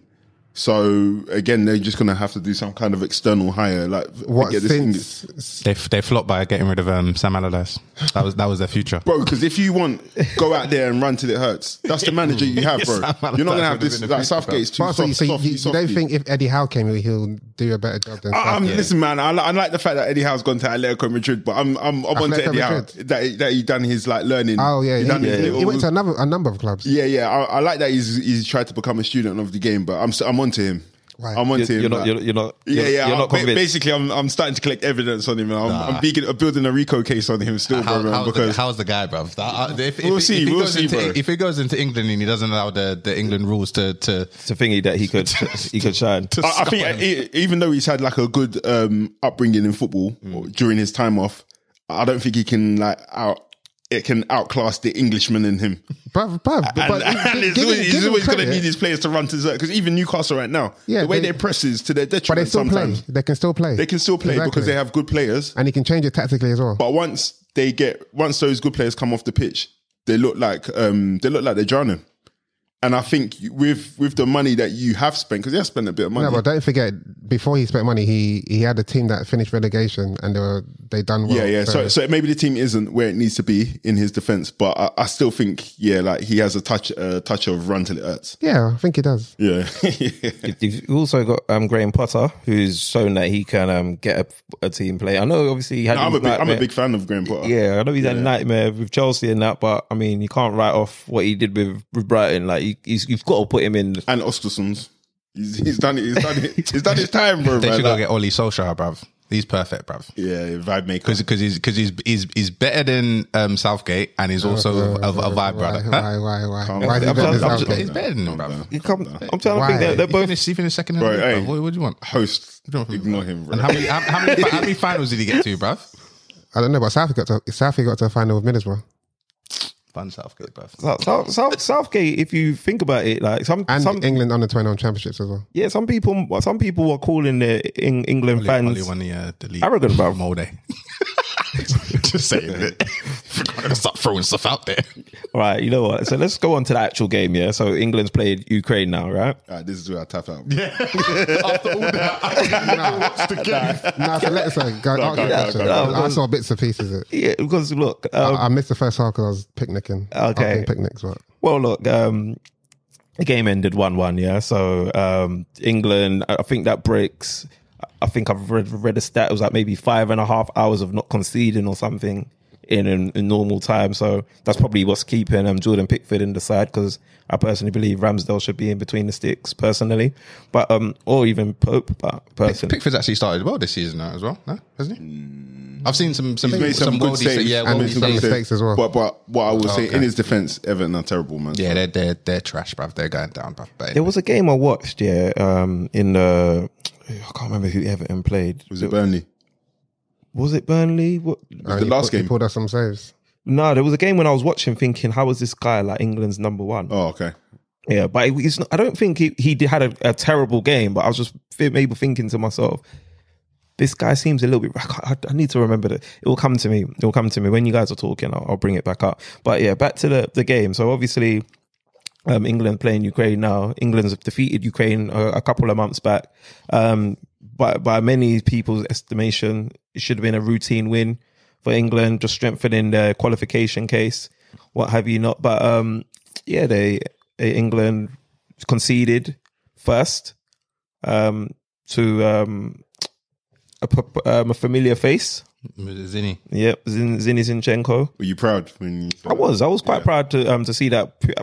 Speaker 3: So again, they're just gonna have to do some kind of external hire. Like
Speaker 2: What
Speaker 3: forget this English-
Speaker 2: since
Speaker 1: They they flopped by getting rid of um, Sam Allardyce. That was that was their future.
Speaker 3: bro. Because if you want, go out there and run till it hurts. That's the manager you have, bro.
Speaker 1: Sam Allardyce
Speaker 3: You're not gonna have
Speaker 1: would have
Speaker 3: this.
Speaker 1: been a future,
Speaker 3: Like Southgate's too
Speaker 2: But so you,
Speaker 3: soft.
Speaker 2: so you-
Speaker 3: softy,
Speaker 2: you don't
Speaker 3: softy.
Speaker 2: think if Eddie Howe came here, he'll do a better job than
Speaker 3: I- I'm,
Speaker 2: Southgate?
Speaker 3: Listen, man, I, li- I like the fact that Eddie Howe's gone to Atletico Madrid, but I'm I'm, I'm on to
Speaker 2: Atletico
Speaker 3: Eddie Howe
Speaker 2: Madrid.
Speaker 3: that he, that he done his like learning.
Speaker 2: Oh yeah,
Speaker 3: he,
Speaker 2: he,
Speaker 3: done
Speaker 2: he-
Speaker 3: his
Speaker 2: he
Speaker 3: little-
Speaker 2: went to another a number of clubs.
Speaker 3: yeah, yeah. I, I like that he's he's tried to become a student of the game, but I'm s- I'm on to him.
Speaker 2: Why?
Speaker 3: I'm on to him.
Speaker 4: You're not.
Speaker 3: like-
Speaker 4: You're, you're not.
Speaker 3: yeah,
Speaker 4: you're,
Speaker 3: yeah.
Speaker 4: You're
Speaker 3: I-
Speaker 4: not
Speaker 3: ba-
Speaker 4: convinced.
Speaker 3: basically, I'm I'm starting to collect evidence on him. and I'm, I'm begin- building a Rico case on him still, bro,
Speaker 1: How,
Speaker 3: man,
Speaker 1: how's, the,
Speaker 3: because
Speaker 1: how's the guy, bro? If, if,
Speaker 3: We'll
Speaker 1: if-
Speaker 3: see,
Speaker 1: If he,
Speaker 3: we'll
Speaker 1: goes
Speaker 3: see,
Speaker 1: into,
Speaker 3: bro.
Speaker 1: if he goes into England and he doesn't allow the, the England rules to to
Speaker 4: It's a thingy that he could. he could shine.
Speaker 3: I, I think e- even though he's had like a good um, upbringing in football
Speaker 4: Mm.
Speaker 3: or during his time off, I don't think he can like out it can outclass the Englishman in him.
Speaker 2: Bruv, bruv,
Speaker 3: And,
Speaker 2: but
Speaker 3: and
Speaker 2: give
Speaker 3: it's
Speaker 2: him-
Speaker 3: always,
Speaker 2: give him
Speaker 3: going to
Speaker 2: credit.
Speaker 3: need his players to run to Zerk because even Newcastle right now,
Speaker 2: Yeah,
Speaker 3: the way
Speaker 2: they-
Speaker 3: they, press is to their
Speaker 2: But they
Speaker 3: detriment
Speaker 2: still
Speaker 3: sometimes.
Speaker 2: play. They can still play.
Speaker 3: They can still play because
Speaker 2: Exactly.
Speaker 3: they have good players.
Speaker 2: and he can change it tactically as well.
Speaker 3: But once they get once those good players come off the pitch, they look like um, they look like they're drowning. And I think with with the money that you have spent, because you have spent a bit of money,
Speaker 2: no, but don't forget, before he spent money, he he had a team that finished relegation and they were they done well.
Speaker 3: Yeah, yeah. So, so maybe the team isn't where it needs to be in his defense, but I, I still think, yeah, like he has a touch, a touch of run till it hurts.
Speaker 2: yeah, I think he does.
Speaker 3: Yeah,
Speaker 4: You've also got um, Graham Potter, who's shown that he can um, get a, a team play. I know, obviously, he had.
Speaker 3: I'm a
Speaker 4: his
Speaker 3: big, I'm a
Speaker 4: nightmare.
Speaker 3: big fan of Graham Potter.
Speaker 4: Yeah, I know he's had a nightmare with Chelsea and that, but I mean, you can't write off what he did with, with Brighton. Like, you, he's, you've got to put him in.
Speaker 3: and Ostersons, he's, he's done it. He's done it. He's done his time, bro.
Speaker 1: They
Speaker 3: man.
Speaker 1: should go
Speaker 3: Like,
Speaker 1: get Oli Solskjaer, bruv. He's perfect, bruv.
Speaker 3: yeah, vibe maker.
Speaker 1: Because he's because he's, he's he's better than um, Southgate, and he's also a, a vibe brother.
Speaker 2: Why,
Speaker 1: Huh?
Speaker 2: why, why, why?
Speaker 3: Calm
Speaker 2: Why
Speaker 3: down.
Speaker 2: do you
Speaker 4: I'm
Speaker 2: bet
Speaker 4: just-
Speaker 2: this
Speaker 4: I'm
Speaker 2: out?
Speaker 4: just-
Speaker 1: He's better than him, bruv.
Speaker 4: You come, I'm trying to
Speaker 2: Why?
Speaker 4: think that they're
Speaker 1: He
Speaker 4: both.
Speaker 1: finished, he finished second. in the
Speaker 3: Bro,
Speaker 1: league,
Speaker 3: hey.
Speaker 1: bruv. What, what do you want?
Speaker 3: Host, ignore him, bro.
Speaker 1: And how many how, how many how many finals did he get to, bruv?
Speaker 2: I don't know, but Southie got to Southie got to a final with Middlesbrough
Speaker 1: Fun Southgate, bruv.
Speaker 4: South, South, South, Southgate, if you think about it, like some
Speaker 2: and
Speaker 4: some
Speaker 2: England under twenty one championships as well.
Speaker 4: yeah, some people some people are calling their Eng, England fans
Speaker 1: Oli won the uh, the league.
Speaker 4: arrogant about.
Speaker 1: Molde. Just saying that. I'm gonna start throwing stuff out there.
Speaker 4: Right, you know what? So let's go on to the actual game. Yeah, so England's played Ukraine now, right?
Speaker 3: All right, this is where I tap out.
Speaker 1: After all that, I can't watch the game.
Speaker 2: No, so let's uh, go. ask your
Speaker 3: no,
Speaker 2: question.
Speaker 4: no, no.
Speaker 2: I saw bits and pieces. Of it.
Speaker 4: Yeah, because look, um,
Speaker 2: I, I missed the first half because I was picnicking. I was
Speaker 4: Okay.
Speaker 2: doing picnics, but
Speaker 4: Well, look, um, the game ended one-one. Yeah, so um, England. I I think that breaks. I think I've read, read a stat. It was like maybe five and a half hours of not conceding or something in, in, in normal time. So that's probably what's keeping um, Jordan Pickford in the side because I personally believe Ramsdale should be in between the sticks personally, but um, or even Pope. But personally,
Speaker 1: Pickford's actually started well this season now as well, no? hasn't he? I've seen some Mm. some
Speaker 3: He's made some, good
Speaker 1: worldy
Speaker 3: saves,
Speaker 1: sa- yeah, worldy
Speaker 2: And made some good
Speaker 1: saves.
Speaker 2: saves. mistakes as well.
Speaker 3: But but what I
Speaker 4: Oh,
Speaker 3: will say
Speaker 1: Okay.
Speaker 3: in his defense, Everton are terrible, man.
Speaker 1: Yeah, they're they're they're trash, bruv. They're going down, bruv. But
Speaker 4: there was a game I watched. Yeah, um, in the I can't remember who Everton played.
Speaker 3: was it Burnley?
Speaker 4: Was it Burnley? What?
Speaker 2: Uh,
Speaker 3: the
Speaker 2: he
Speaker 3: last
Speaker 2: pu- he
Speaker 3: game.
Speaker 2: pulled us some saves.
Speaker 4: No, there was a game when I was watching, thinking, "How is this guy like England's number one?"
Speaker 3: Oh, okay.
Speaker 4: Yeah, but it- it's not, I don't think he he did, had a, a terrible game. But I was just fi- maybe thinking to myself, "This guy seems a little bit." I, can't- I- I need to remember that. It will come to me. It will come to me when you guys are talking. I'll, I'll bring it back up. But yeah, back to the the game. So obviously, um, England playing Ukraine now. England's defeated Ukraine uh, a, a couple of months back. Um, by by many people's estimation, it should have been a routine win for England, just strengthening their qualification case, what have you not. But um, yeah, they, they England conceded first um, to um, a, p- um, a familiar face.
Speaker 1: Zinni.
Speaker 4: Yep, Zin, Zini Zinchenko.
Speaker 3: Were you proud when you
Speaker 4: I was. I was quite proud to um to see that p-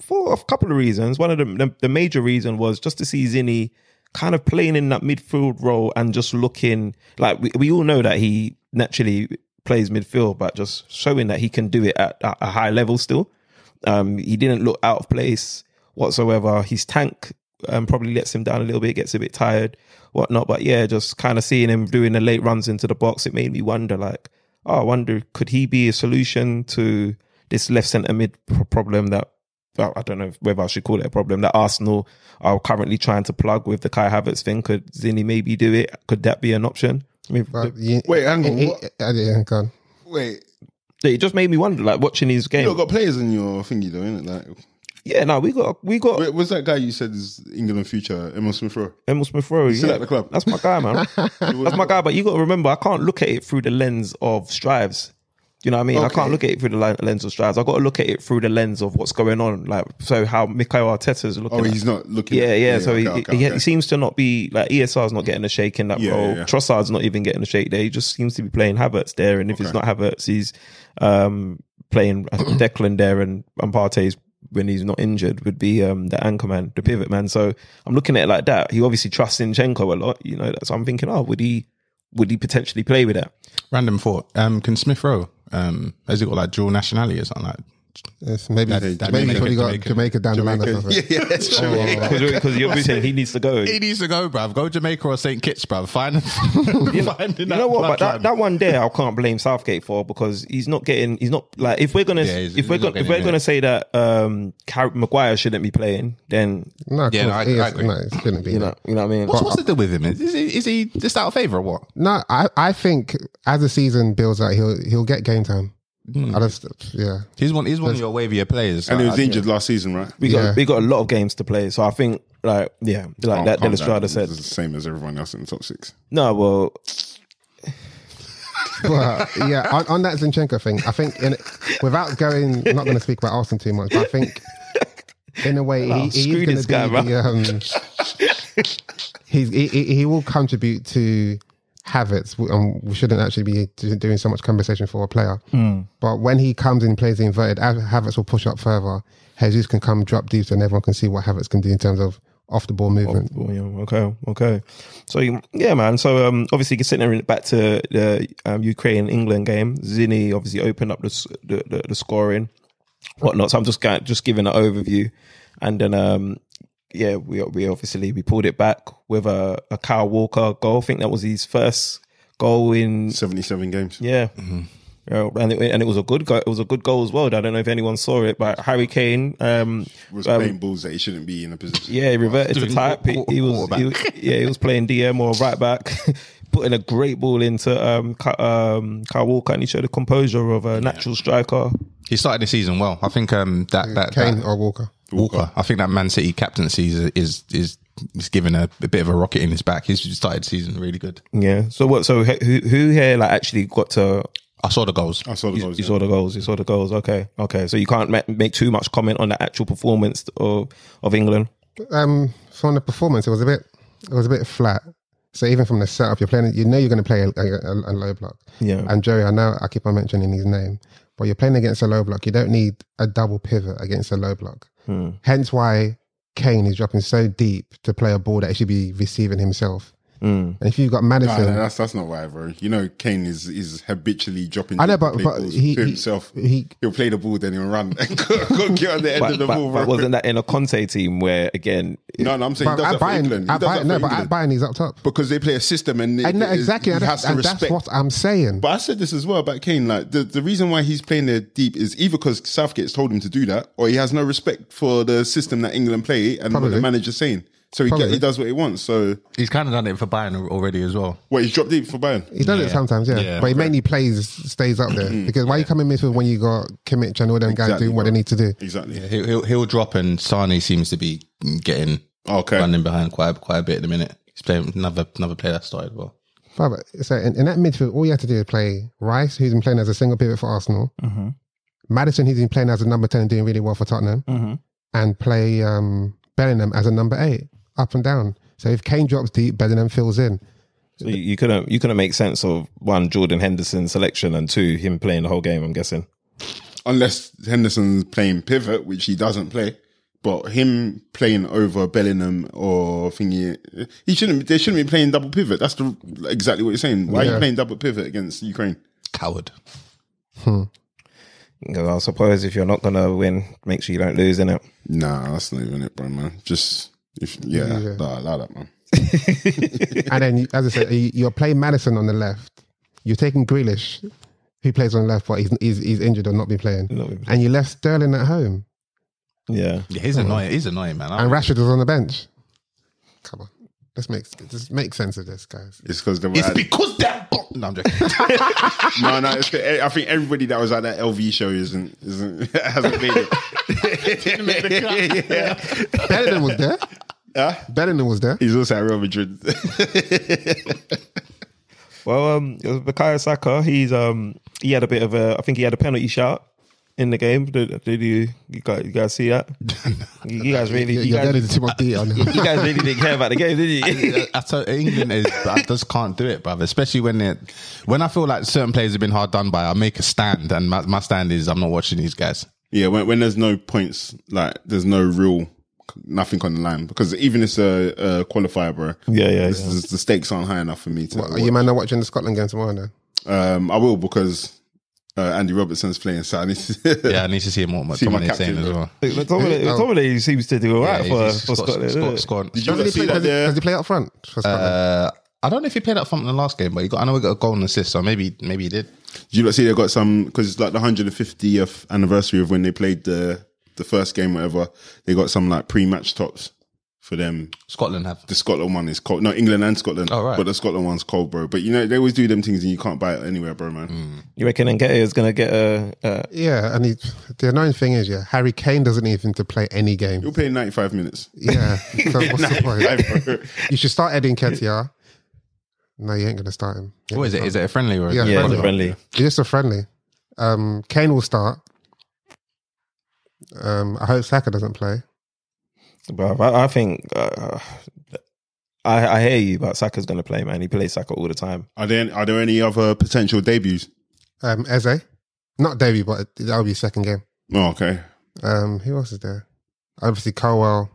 Speaker 4: for a couple of reasons. One of them, the, the major reason was just to see Zinny kind of playing in that midfield role and just looking like we, we all know that he naturally plays midfield, but just showing that he can do it at, at a high level still. Um, he didn't look out of place whatsoever. His tank um, probably lets him down a little bit, gets a bit tired, whatnot. But yeah, just kind of seeing him doing the late runs into the box, it made me wonder, like, oh, I wonder could he be a solution to this left centre mid pro- problem that well, I don't know whether I should call it a problem that Arsenal are currently trying to plug with the Kai Havertz thing. Could Zinni maybe do it? Could that be an option? I mean,
Speaker 2: But you,
Speaker 3: Wait, hang on,
Speaker 2: he-
Speaker 3: what?
Speaker 2: uh, yeah, go on.
Speaker 3: Wait,
Speaker 4: it just made me wonder, like watching his game.
Speaker 3: you lot got players in your thingy though, innit? Like,
Speaker 4: yeah, no, we got we got
Speaker 3: wait, what's that guy you said is England future? Emil Smith Rowe.
Speaker 4: Emil Smith Rowe.
Speaker 3: still
Speaker 4: yeah.
Speaker 3: at the club?
Speaker 4: That's my guy, man. That's my guy. But you got to remember, I can't look at it through the lens of strives. You know what I mean? I
Speaker 3: Okay.
Speaker 4: can't look at it through the li- lens of strives. I got to look at it through the lens of what's going on. Like, so how Mikel Arteta's looking.
Speaker 3: Oh,
Speaker 4: at-
Speaker 3: he's not looking.
Speaker 4: yeah,
Speaker 3: at-
Speaker 4: yeah. So he,
Speaker 3: okay, okay,
Speaker 4: he,
Speaker 3: okay.
Speaker 4: he seems to not be like ESR's not getting a shake in that
Speaker 3: Yeah,
Speaker 4: role.
Speaker 3: yeah, yeah.
Speaker 4: Trossard's not even getting a shake there. He just seems to be playing Havertz there, and if it's not Havertz, he's um, playing Declan there, and and Partey's when he's not injured would be um, the anchor man, the pivot man. So I'm looking at it like that. He obviously trusts Inchenko a lot, you know. So I'm thinking, oh, would he? Would he potentially play with that?
Speaker 1: Random thought. Um, can Smith Rowe, um, has he got like dual nationality or something like
Speaker 2: Yes, maybe
Speaker 1: That- that Jamaica-
Speaker 2: maybe he's probably got Jamaica,
Speaker 1: Jamaica-
Speaker 2: down the line or something. Oh,
Speaker 3: yeah, yeah, that's true.
Speaker 4: Because you're saying he needs to go.
Speaker 1: He needs to go, bruv. Go Jamaica or St. Kitts, bruv. Find, find in
Speaker 4: You know what? But that, that one there, I can't blame Southgate for because he's not getting. He's not like if we're gonna
Speaker 1: Yeah, he's-
Speaker 4: if we're
Speaker 1: he's not
Speaker 4: gonna if
Speaker 1: getting
Speaker 4: we're
Speaker 1: it.
Speaker 4: gonna say that um Car- Maguire shouldn't be playing, then
Speaker 2: No, of
Speaker 1: Yeah, no,
Speaker 2: course,
Speaker 1: I-
Speaker 2: he
Speaker 1: I
Speaker 2: is-
Speaker 1: agree.
Speaker 2: no, it shouldn't be.
Speaker 4: you
Speaker 2: no.
Speaker 4: know you know what I mean.
Speaker 1: What's, what's the deal with him? Is he, is he just out of favour or what?
Speaker 2: No, I, I think as the season builds out, he'll he'll get game time.
Speaker 1: Hmm.
Speaker 2: I just yeah.
Speaker 1: He's one. He's one of your wavier players.
Speaker 3: and he
Speaker 1: Like,
Speaker 3: was injured last season, right?
Speaker 4: we got
Speaker 2: yeah.
Speaker 4: we got a lot of games to play, so I think like yeah, like
Speaker 3: Oh, calm
Speaker 4: that Del
Speaker 3: down.
Speaker 4: Estrada
Speaker 3: It's
Speaker 4: said.
Speaker 3: the same as everyone else in the top six.
Speaker 4: No, well,
Speaker 2: But yeah, on, on that Zinchenko thing, I think in, without going, I'm not going to speak about Arsenal too much, but I think in a way
Speaker 4: Nah,
Speaker 2: he,
Speaker 4: screw
Speaker 2: he's going
Speaker 4: this
Speaker 2: to
Speaker 4: guy,
Speaker 2: be the, um, he's, he, he he will contribute to Havertz. We, um, we shouldn't actually be do- doing so much conversation for a player,
Speaker 4: Hmm.
Speaker 2: but when he comes in and plays the inverted, Ha- Havertz will push up further. Jesus can come drop deep, and everyone can see what Havertz can do in terms of off the ball movement.
Speaker 4: well, yeah, okay, okay. So you- yeah, man. So um, obviously, sitting there back to the um, Ukraine England game, Zinni obviously opened up the s- the, the, the scoring, whatnot. So I'm just going just giving an overview, and then um, yeah, we we obviously we pulled it back with a a Kyle Walker goal. I think that was his first goal in
Speaker 3: Seventy-seven games.
Speaker 4: yeah. Yeah, and it, and it was a good go- it was a good goal as well. I don't know if anyone saw it, but Harry Kane um,
Speaker 3: was
Speaker 4: um,
Speaker 3: playing balls that he shouldn't be in a position.
Speaker 4: Yeah, he reverted to
Speaker 1: Doing
Speaker 4: type. He, he was,
Speaker 1: quarterback.
Speaker 4: he was- yeah, he was playing DM or right back, putting a great ball into um, Ka- um, Kyle Walker, and he showed the composure of a natural striker.
Speaker 1: He started the season well. I think um, that that,
Speaker 2: Kane
Speaker 1: that
Speaker 2: or Walker.
Speaker 1: Walker. I think that Man City captaincy is is is, is giving a, a bit of a rocket in his back. He's started the season really good.
Speaker 4: Yeah. So what? So he- who who here like actually got to?
Speaker 1: I saw the goals.
Speaker 3: I saw the
Speaker 4: You,
Speaker 3: goals.
Speaker 4: you
Speaker 3: yeah.
Speaker 4: saw the goals. You saw the goals. Okay. Okay. So you can't ma- make too much comment on the actual performance of of England.
Speaker 2: um, from the performance, it was a bit, it was a bit flat. So even from the setup, you're playing, you know, you're going to play a, a, a low block.
Speaker 4: Yeah.
Speaker 2: And Joey, I know I keep on mentioning his name, but you're playing against a low block. You don't need a double pivot against a low block. Hence why Kane is dropping so deep to play a ball that he should be receiving himself. And if you've got
Speaker 3: Nah, nah,
Speaker 2: Madison,
Speaker 3: that's that's not why, bro. You know, Kane is is habitually dropping.
Speaker 2: I know,
Speaker 3: deep
Speaker 2: but-
Speaker 3: play
Speaker 2: but
Speaker 3: balls
Speaker 2: he-
Speaker 3: to
Speaker 2: he-
Speaker 3: himself,
Speaker 2: he-
Speaker 3: will play the ball, then he'll run and go, go get on the end of
Speaker 4: But,
Speaker 3: the
Speaker 4: but-
Speaker 3: ball.
Speaker 4: but
Speaker 3: Bro.
Speaker 4: wasn't that in a Conte team where again?
Speaker 3: no, no, I'm saying he
Speaker 2: but
Speaker 3: does
Speaker 2: at
Speaker 3: that for
Speaker 2: Bayern,
Speaker 3: England. He
Speaker 2: at
Speaker 3: does that
Speaker 2: Bayern,
Speaker 3: for
Speaker 2: no, but at
Speaker 3: England.
Speaker 2: Bayern, he's up top.
Speaker 3: because they play a system and, it,
Speaker 2: And no,
Speaker 3: it-
Speaker 2: exactly,
Speaker 3: He
Speaker 2: and, that's,
Speaker 3: has to
Speaker 2: and that's
Speaker 3: respect.
Speaker 2: what I'm saying.
Speaker 3: but I said this as well about Kane. Like the, the reason why he's playing there deep is either because Southgate's told him to do that, or he has no respect for the system that England play and what
Speaker 2: Probably.
Speaker 3: the manager's saying. So he, get,
Speaker 2: Probably.
Speaker 3: he does what he wants. So
Speaker 1: He's kind of done it for Bayern al- already as well.
Speaker 3: wait, he's dropped deep for Bayern.
Speaker 2: He does it sometimes, yeah. Mm.
Speaker 1: Yeah.
Speaker 2: but he mainly plays, stays up there. because why you come in midfield when you got Kimmich and all them guys
Speaker 3: Exactly,
Speaker 2: doing what they
Speaker 3: bro.
Speaker 2: need to do?
Speaker 3: Exactly.
Speaker 1: He'll he'll, he'll drop, and Sane seems to be getting
Speaker 3: Okay.
Speaker 1: running behind quite quite a bit at the minute. He's playing another another player that started well.
Speaker 2: Brother, so in, in that midfield, all you have to do is play Rice, who's been playing as a single pivot for Arsenal, Madison, who's been playing as a number 10 and doing really well for Tottenham, and play um, Bellingham as a number eight, up and down. So if Kane drops deep, Bellingham fills in.
Speaker 4: So you, you couldn't you couldn't make sense of one Jordan Henderson selection and two him playing the whole game. I'm guessing.
Speaker 3: unless Henderson's playing pivot, which he doesn't play. But him playing over Bellingham or thingy, he shouldn't. They shouldn't be playing double pivot. That's the, exactly what you're saying. Why are you
Speaker 2: Yeah.
Speaker 3: playing double pivot against Ukraine?
Speaker 1: Coward.
Speaker 4: You know, I suppose if you're not gonna win, make sure you don't lose, innit?
Speaker 3: Nah, that's not even it, bro, man. Just If, yeah,
Speaker 2: Yeah.
Speaker 3: nah, I like that, man.
Speaker 2: and then, you- as I said, you- you're playing Madison on the left. You're taking Grealish, who plays on the left, but he's, he's, he's injured or not been playing.
Speaker 4: Not even-
Speaker 2: And you left Sterling at home,
Speaker 4: yeah.
Speaker 1: Yeah, he's annoying. He's annoying, man.
Speaker 2: and Rashford was on the bench. Come on, let's make just make sense of this, guys.
Speaker 3: It's because the
Speaker 1: it's because that. No, I'm joking.
Speaker 3: no, no. It's, e, I think everybody that was at that LV show isn't isn't hasn't made it. yeah.
Speaker 2: Bellingham was there. Bellingham was there.
Speaker 3: He's also at Real Madrid.
Speaker 4: Well, um, it was Bukayo Saka, he's um, he had a bit of a. I think he had a penalty shout in the game. Did, did you you guys, you guys see that? You, you guys really,
Speaker 2: You're,
Speaker 4: you
Speaker 2: you're
Speaker 4: guys,
Speaker 2: going into too much detail now.
Speaker 4: you guys really didn't care about the game, did you?
Speaker 1: uh, I tell England is, I just can't do it, brother. Especially when it, when I feel like certain players have been hard done by, I make a stand, and my, my stand is I'm not watching these guys.
Speaker 3: yeah, when when there's no points, like there's no real nothing on the line because even it's a, a qualifier, bro.
Speaker 4: Yeah, yeah,
Speaker 3: This
Speaker 4: yeah.
Speaker 3: is- the stakes aren't high enough for me to.
Speaker 2: Are you man not watching the Scotland game tomorrow now?
Speaker 3: Um, I will because uh, Andy Robertson's playing, so I need to.
Speaker 1: Yeah, I need to see more. What
Speaker 3: See my
Speaker 1: Tomine's saying
Speaker 3: captain,
Speaker 1: as
Speaker 3: bro.
Speaker 1: well.
Speaker 4: McTominay
Speaker 2: Oh.
Speaker 4: McTominay seems to do all right
Speaker 1: Yeah,
Speaker 4: for,
Speaker 1: he's- he's
Speaker 4: for
Speaker 1: got-
Speaker 4: Scotland.
Speaker 1: he's got-
Speaker 4: isn't it?
Speaker 1: scored-
Speaker 3: Did you
Speaker 2: Does he,
Speaker 3: guys see
Speaker 2: play,
Speaker 3: that
Speaker 2: does, he,
Speaker 3: there?
Speaker 2: does he play up front for Scotland?
Speaker 1: Uh, I don't know if he played up front in the last game, but he got. I know he got a goal and assist, so maybe maybe he did.
Speaker 3: Did you not see they got some because it's like the 150th anniversary of when they played the the first game, whatever. They got some like pre-match tops for them.
Speaker 1: Scotland have.
Speaker 3: The Scotland one is cold. No, England and Scotland.
Speaker 1: Oh, right.
Speaker 3: But the Scotland one's cold, bro. But you know they always do them things, and you can't buy it anywhere, bro, man.
Speaker 4: You reckon Ngeti is going to get a, a
Speaker 2: yeah, and he, the annoying thing is, yeah, Harry Kane doesn't even to play any game.
Speaker 3: You're playing 95 minutes.
Speaker 2: Yeah, so what's the point?
Speaker 3: Like, bro,
Speaker 2: You should start Eddie Nketiah. No, you ain't going to start him. You
Speaker 1: What is it? Is it a friendly or?
Speaker 2: Yeah.
Speaker 4: yeah,
Speaker 2: friendly.
Speaker 4: friendly?
Speaker 2: It's just a friendly. Um, Kane will start. Um, I hope Saka doesn't play.
Speaker 4: Bruv, I, I think uh, I, I hear you, but Saka's going to play, man. He plays Saka all the time.
Speaker 3: are there are there any other potential debuts?
Speaker 2: Um, Eze, not Davy, but that'll be second game.
Speaker 3: Oh, okay.
Speaker 2: Um, who else is there? Obviously, Colwell.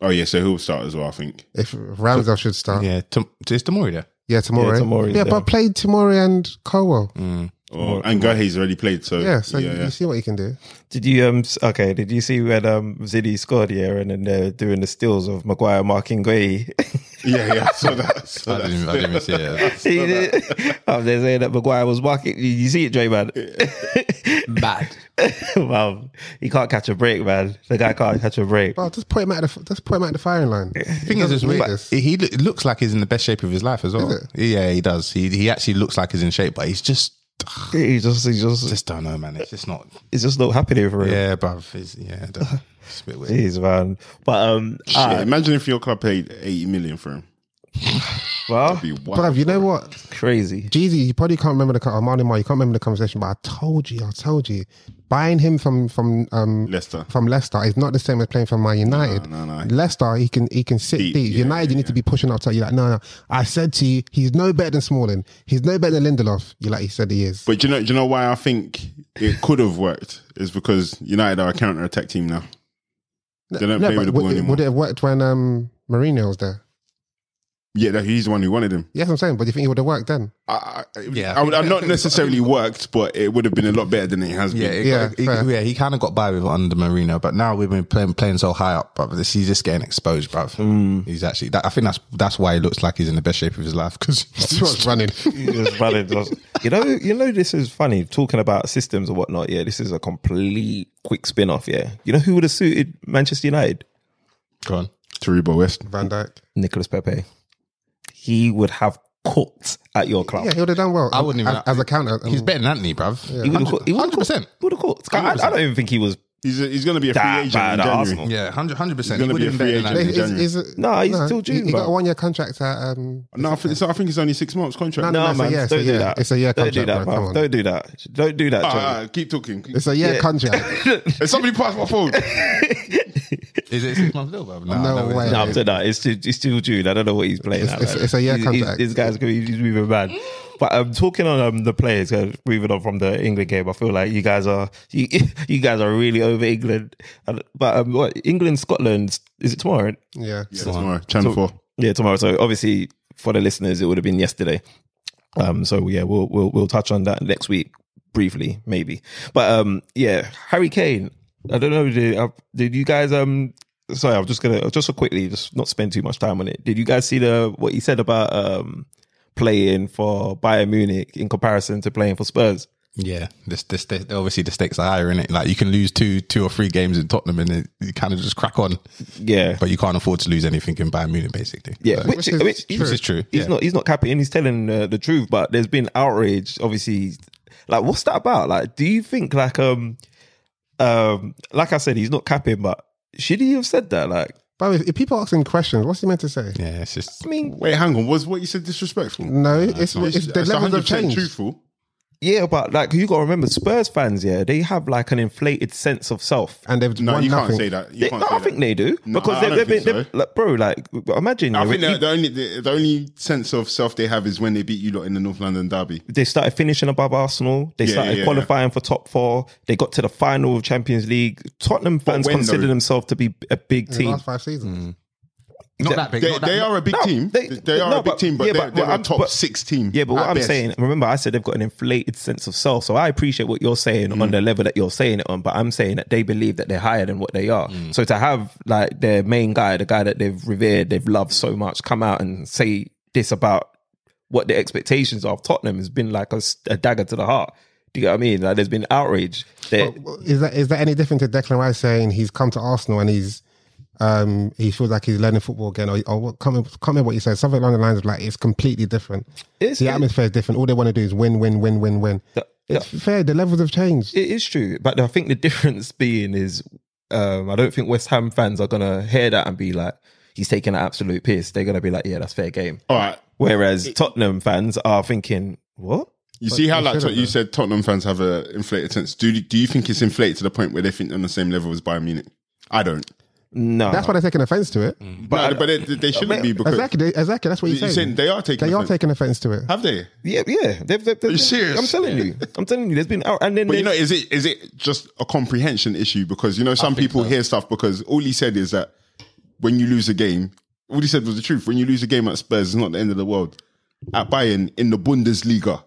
Speaker 3: Oh yeah, so he'll start as well, I think.
Speaker 2: If Ramsdale should start, yeah,
Speaker 1: Yeah, Tom, is Tomori there?
Speaker 2: tomorrow.
Speaker 4: Yeah,
Speaker 2: Yeah,
Speaker 4: Tomori's there.
Speaker 2: but played Tomori and Colwell.
Speaker 1: Mm.
Speaker 3: Or, Oh, and Gahe's already played, so
Speaker 2: Yeah, so
Speaker 3: Oh, yeah,
Speaker 2: you,
Speaker 3: yeah.
Speaker 2: you see what he can do.
Speaker 4: Did you um s- okay? Did you see when um Ziddy scored here and then they're doing the stills of Maguire marking Gray?
Speaker 3: yeah, yeah. So that, so
Speaker 1: I,
Speaker 3: that-
Speaker 1: didn't, even- I didn't even see it.
Speaker 4: See that? oh, they're saying that Maguire was marking. You, you see it, Dre man.
Speaker 5: Bad.
Speaker 4: wow, he can't catch a break, man. The guy can't catch a break.
Speaker 2: Well, just put him out. Of the, just put him out the firing line.
Speaker 1: The thing is, it's
Speaker 2: doesn't need
Speaker 1: weird.
Speaker 2: this.
Speaker 1: He lo- looks like he's in the best shape of his life as well. Yeah, he does. He he actually looks like he's in shape, but he's just
Speaker 4: He just, he just,
Speaker 1: just don't know, man. It's just not.
Speaker 4: it's just not happening for him.
Speaker 1: Yeah, bruv. It's, yeah, I don't know. it's a bit weird.
Speaker 4: Jeez, man. But um,
Speaker 3: Shit,
Speaker 4: ah,
Speaker 3: imagine if your club paid 80 million for him.
Speaker 4: well,
Speaker 3: Be wild.
Speaker 2: Bruv, you know what?
Speaker 4: crazy.
Speaker 2: Jeezy, you probably can't remember the con- Armani Mar, you can't remember the conversation, but I told you, I told you, buying him from from um
Speaker 3: Leicester.
Speaker 2: from Leicester is not the same as playing from Man United.
Speaker 3: No, no, no.
Speaker 2: Leicester, he can he can sit
Speaker 3: Deep,
Speaker 2: deep.
Speaker 3: yeah,
Speaker 2: United, you need to be pushing up. So you're like, no, no. I said to you, he's no better than Smalling. He's no better than Lindelof. You're like, he said he is.
Speaker 3: But do you know, do you know why I think it could have worked? Is because United are a counter attack team now. They don't play
Speaker 2: but
Speaker 3: with the
Speaker 2: would,
Speaker 3: ball
Speaker 2: it,
Speaker 3: anymore.
Speaker 2: would it have worked when um, Mourinho was there?
Speaker 3: Yeah, that- he's the one who wanted him.
Speaker 2: Yes, I'm saying. But do you think it would have worked then?
Speaker 3: I, I,
Speaker 1: Yeah,
Speaker 3: yeah,
Speaker 1: I
Speaker 3: I,
Speaker 1: think-
Speaker 3: am not necessarily worked, but it would have been a lot better than it has
Speaker 1: Yeah,
Speaker 3: been.
Speaker 1: it
Speaker 2: Yeah,
Speaker 1: got- he,
Speaker 2: fair.
Speaker 1: yeah, he kind of got by with it under Marino, but now we've been playing playing so high up, brother. This, he's just getting exposed, bruv. He's actually. That, I think that's that's why he looks like he's in the best shape of his life because
Speaker 2: He was running.
Speaker 4: He just ran and just- you know, you know, this is funny talking about systems and whatnot. Yeah, this is a complete quick spin off. Yeah, you know who would have suited Manchester United?
Speaker 1: go on.
Speaker 3: Taribo West.
Speaker 2: Van Dijk.
Speaker 4: Nicolas Pepe. He would have cooked at your club.
Speaker 2: Yeah, he would have done well.
Speaker 1: I wouldn't even-
Speaker 2: as, as a counter. um,
Speaker 1: He's better than Anthony, bruv.
Speaker 4: He would have cooked. He would
Speaker 1: Hundred
Speaker 4: have cooked.
Speaker 1: percent.
Speaker 4: He would have cooked. I, I don't even think he was
Speaker 3: He's, a, he's going to be a free
Speaker 4: that
Speaker 3: agent in
Speaker 4: bad at
Speaker 3: January.
Speaker 4: Arsenal.
Speaker 1: Yeah, hundred hundred percent.
Speaker 3: He's gonna
Speaker 1: He would
Speaker 3: be a
Speaker 1: have been
Speaker 3: free
Speaker 1: better than
Speaker 3: agent.
Speaker 1: Anthony.
Speaker 2: is, is, is,
Speaker 4: No, he's still
Speaker 2: He,
Speaker 4: June,
Speaker 2: he got
Speaker 4: bro.
Speaker 2: a one-year contract at um,
Speaker 3: No, I think, so I think it's only six months
Speaker 2: No,
Speaker 3: contract.
Speaker 4: No,
Speaker 2: no, it's a
Speaker 4: man,
Speaker 2: year, it's
Speaker 4: don't
Speaker 2: a
Speaker 4: do
Speaker 2: year.
Speaker 4: that.
Speaker 2: It's a year
Speaker 4: Don't do
Speaker 2: contract,
Speaker 4: that,
Speaker 2: bro, come
Speaker 4: bruv.
Speaker 2: on.
Speaker 4: Don't do that. Don't do that. Johnny.
Speaker 3: Ah, ah, keep talking. Keep-
Speaker 2: It's a year
Speaker 4: Yeah.
Speaker 2: contract.
Speaker 3: Hey, somebody pass my phone.
Speaker 1: Is it six months deal, bruv? Nah,
Speaker 2: No
Speaker 1: it's
Speaker 2: way.
Speaker 1: not.
Speaker 4: No, I'm saying that. It's still, it's still June. I don't know what he's playing
Speaker 2: It's-
Speaker 4: at.
Speaker 2: it's-
Speaker 4: man.
Speaker 2: it's a year
Speaker 4: He's- he's-
Speaker 2: contract.
Speaker 4: This guy's going he's moving mad. But I'm um, talking on um, the players. Uh, moving on from the England game, I feel like you guys are you, you guys are really over England. And- But um, what England Scotland is it tomorrow?
Speaker 2: yeah.
Speaker 3: Yeah, tomorrow, Channel 4.
Speaker 4: Yeah, tomorrow. So obviously for the listeners, it would have been yesterday. Um, so yeah, we'll we'll we'll touch on that next week briefly, maybe. But um, yeah, Harry Kane. I don't know. Did, uh, did you guys um sorry, I'm just gonna just so quickly, just not spend too much time on it. Did you guys see the what he said about um playing for Bayern Munich in comparison to playing for Spurs?
Speaker 1: Yeah, this, this, this obviously the stakes are higher in it. Like you can lose two, two or three games in Tottenham, and it, you kind of just crack on.
Speaker 4: Yeah,
Speaker 1: But you can't afford to lose anything in Bayern Munich, basically.
Speaker 4: yeah,
Speaker 1: So-
Speaker 4: which,
Speaker 2: is
Speaker 4: which,
Speaker 1: which is true.
Speaker 4: He's
Speaker 1: yeah.
Speaker 4: not. He's not capping. He's telling uh, the truth. But there's been outrage. Obviously, like what's that about? Like, do you think like um um like I said, he's not capping. But should he have said that? Like,
Speaker 2: But if, if people ask him questions, what's he meant to say?
Speaker 1: yeah, it's just
Speaker 4: I mean,
Speaker 3: Wait, hang on. Was what you said disrespectful?
Speaker 2: No, it's,
Speaker 3: It's-
Speaker 2: it's the
Speaker 3: it's
Speaker 2: levels have
Speaker 3: 100%
Speaker 2: changed.
Speaker 3: Truthful.
Speaker 4: yeah, but like you got to remember, Spurs fans, yeah, they have like an inflated sense of self.
Speaker 2: And they've
Speaker 3: No,
Speaker 2: won
Speaker 3: you
Speaker 2: nothing.
Speaker 3: can't say that. You
Speaker 4: They,
Speaker 3: can't
Speaker 4: no,
Speaker 3: say
Speaker 4: I think
Speaker 3: that.
Speaker 4: they do
Speaker 3: No,
Speaker 4: because
Speaker 3: I
Speaker 4: they,
Speaker 3: don't
Speaker 4: they've been,
Speaker 3: think
Speaker 4: they've,
Speaker 3: so.
Speaker 4: like, bro, like imagine
Speaker 3: I
Speaker 4: yeah,
Speaker 3: think
Speaker 4: you-
Speaker 3: the, the only the, the only sense of self they have is when they beat you lot in the North London derby.
Speaker 4: they started finishing above Arsenal. They
Speaker 3: Yeah,
Speaker 4: started
Speaker 3: yeah, yeah.
Speaker 4: qualifying for top four. They got to the final of Champions League. Tottenham fans
Speaker 3: when,
Speaker 4: consider
Speaker 3: though?
Speaker 4: themselves to be a big
Speaker 2: in the
Speaker 4: team.
Speaker 2: last five
Speaker 1: Mm.
Speaker 2: seasons.
Speaker 1: not that big.
Speaker 3: They,
Speaker 1: not that-
Speaker 3: they are a big
Speaker 4: No,
Speaker 3: team.
Speaker 4: they-
Speaker 3: They, are
Speaker 4: no,
Speaker 3: a big
Speaker 4: but-
Speaker 3: team, but
Speaker 4: yeah,
Speaker 3: they're,
Speaker 4: but
Speaker 3: they're
Speaker 4: what I'm-
Speaker 3: a top
Speaker 4: but-
Speaker 3: six team.
Speaker 4: Yeah, but what
Speaker 3: at
Speaker 4: I'm
Speaker 3: best.
Speaker 4: saying, remember, I said they've got an inflated sense of self. So I appreciate what you're saying
Speaker 3: Mm.
Speaker 4: on the level that you're saying it on, but I'm saying that they believe that they're higher than what they are.
Speaker 3: Mm.
Speaker 4: So to have like their main guy, the guy that they've revered, they've loved so much, come out and say this about what the expectations are of Tottenham has been like a, s- a dagger to the heart. Do you get what I mean? Like there's been outrage. There,
Speaker 2: Well, Is that is that any different to Declan Rice saying he's come to Arsenal and he's um, he feels like he's learning football again, or, or what, can't, remember, can't remember what you said. Something along the lines of like it's completely different.
Speaker 4: It's-
Speaker 2: the
Speaker 4: it-
Speaker 2: atmosphere is different. All they want to do is win, win, win, win, win.
Speaker 4: The-
Speaker 2: it's fair. The levels have changed.
Speaker 4: It is true, but I think the difference being is, um, I don't think West Ham fans are gonna hear that and be like, "He's taking an absolute piss." They're gonna be like, "Yeah, that's fair game."
Speaker 3: All right.
Speaker 4: Whereas Tottenham fans are thinking, "What?"
Speaker 3: You see how
Speaker 2: you
Speaker 3: like
Speaker 2: shouldn't,
Speaker 3: Tot- you
Speaker 2: though.
Speaker 3: said Tottenham fans have a inflated sense. Do do you think it's inflated to the point where they think they're on the same level as Bayern Munich? I don't.
Speaker 4: No,
Speaker 2: That's why they're taking offense to
Speaker 4: Mm.
Speaker 2: it.
Speaker 3: But but they, they shouldn't be because
Speaker 2: Exactly, they- exactly. That's what you're
Speaker 3: you're
Speaker 2: saying.
Speaker 3: saying they are taking.
Speaker 2: they are
Speaker 3: offense.
Speaker 2: taking offense to it.
Speaker 3: Have they?
Speaker 4: yeah, yeah. They've, they've, they've,
Speaker 3: you serious?
Speaker 4: I'm telling you, I'm telling you. There's been out, and then
Speaker 3: But you
Speaker 4: they-
Speaker 3: know, is it is it just a comprehension issue? Because you know, some people hear stuff because all he said is that when you lose a game, all he said was the truth. When you lose a game at Spurs, it's not the end of the world. At Bayern in the Bundesliga,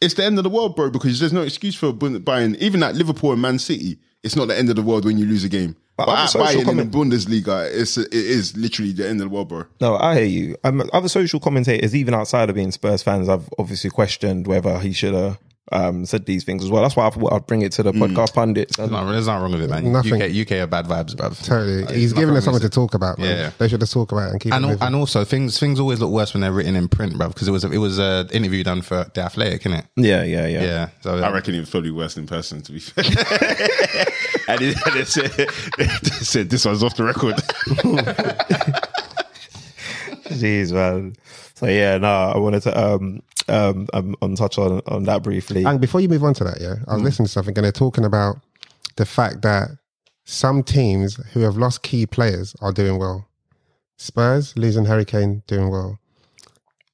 Speaker 3: it's the end of the world, bro. Because there's no excuse for Bund- Bayern. Even at Liverpool and Man City, it's not the end of the world when you lose a game. But,
Speaker 4: other
Speaker 3: at
Speaker 4: social
Speaker 3: Bayern in the
Speaker 4: comment-
Speaker 3: Bundesliga, it's it is literally the end of the world, bro.
Speaker 4: No, I hear you. Um, other social commentators, even outside of being Spurs fans, I've obviously questioned whether he should have um, said these things as well. That's why I thought I'd bring it to the
Speaker 2: Mm.
Speaker 4: podcast pundits. And,
Speaker 1: No, there's nothing wrong with it, man.
Speaker 2: Nothing.
Speaker 1: UK, UK are bad vibes, bruv.
Speaker 2: Totally.
Speaker 1: Like,
Speaker 2: he's
Speaker 1: nothing
Speaker 2: giving us
Speaker 1: wrong
Speaker 2: something
Speaker 1: with
Speaker 2: to talk about. Man.
Speaker 1: Yeah.
Speaker 2: They should just talk about it and keep
Speaker 1: and,
Speaker 2: it
Speaker 1: al-
Speaker 2: moving.
Speaker 1: and also things things always look worse when they're written in print, bruv, because it was a- it was an interview done for the Athletic, innit?
Speaker 4: yeah, yeah, yeah.
Speaker 1: Yeah, so
Speaker 3: I reckon it was probably worse in person, to be fair. and it, and it said, it said, this one's off the record.
Speaker 4: Jeez, man. So yeah, no, I wanted to um um um, um touch on on that briefly.
Speaker 2: And before you move on to that, yeah,
Speaker 3: Hmm.
Speaker 2: I was listening to something and they're talking about the fact that some teams who have lost key players are doing well. Spurs losing Harry Kane doing well.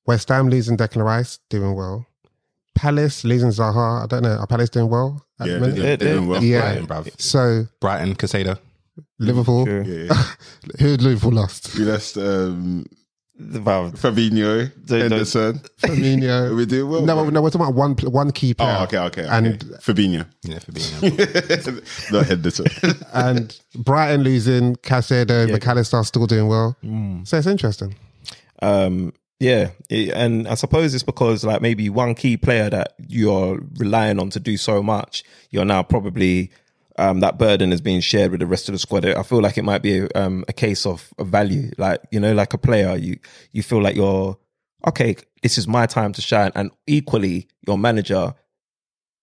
Speaker 2: West Ham losing Declan Rice doing well. Palace losing Zaha. I don't know. Are Palace doing well? at the
Speaker 3: yeah,
Speaker 2: minute?
Speaker 3: they're, they're doing well.
Speaker 2: Yeah.
Speaker 1: Brighton, bruv.
Speaker 2: So
Speaker 1: Brighton, Casado.
Speaker 2: Liverpool,
Speaker 4: True.
Speaker 3: Yeah.
Speaker 2: who had Liverpool lost?
Speaker 3: We lost um,
Speaker 4: Well,
Speaker 3: Fabinho,
Speaker 4: Don't-
Speaker 3: Henderson.
Speaker 2: Firmino.
Speaker 3: We're doing well.
Speaker 2: no,
Speaker 3: bro.
Speaker 2: no, we're talking about one one key player.
Speaker 3: Oh, okay, okay.
Speaker 2: And
Speaker 3: And Fabinho.
Speaker 1: Yeah, for being
Speaker 3: Not Henderson.
Speaker 2: and Brighton losing Casado, McAllister still doing well.
Speaker 3: Hmm.
Speaker 2: So it's interesting.
Speaker 4: um yeah, it- and I suppose it's because like maybe one key player that you're relying on to do so much, you're now probably um that burden is being shared with the rest of the squad. I feel like it might be um a case of, of value, like you know, like a player, you you feel like you're okay. This is my time to shine, and equally, your manager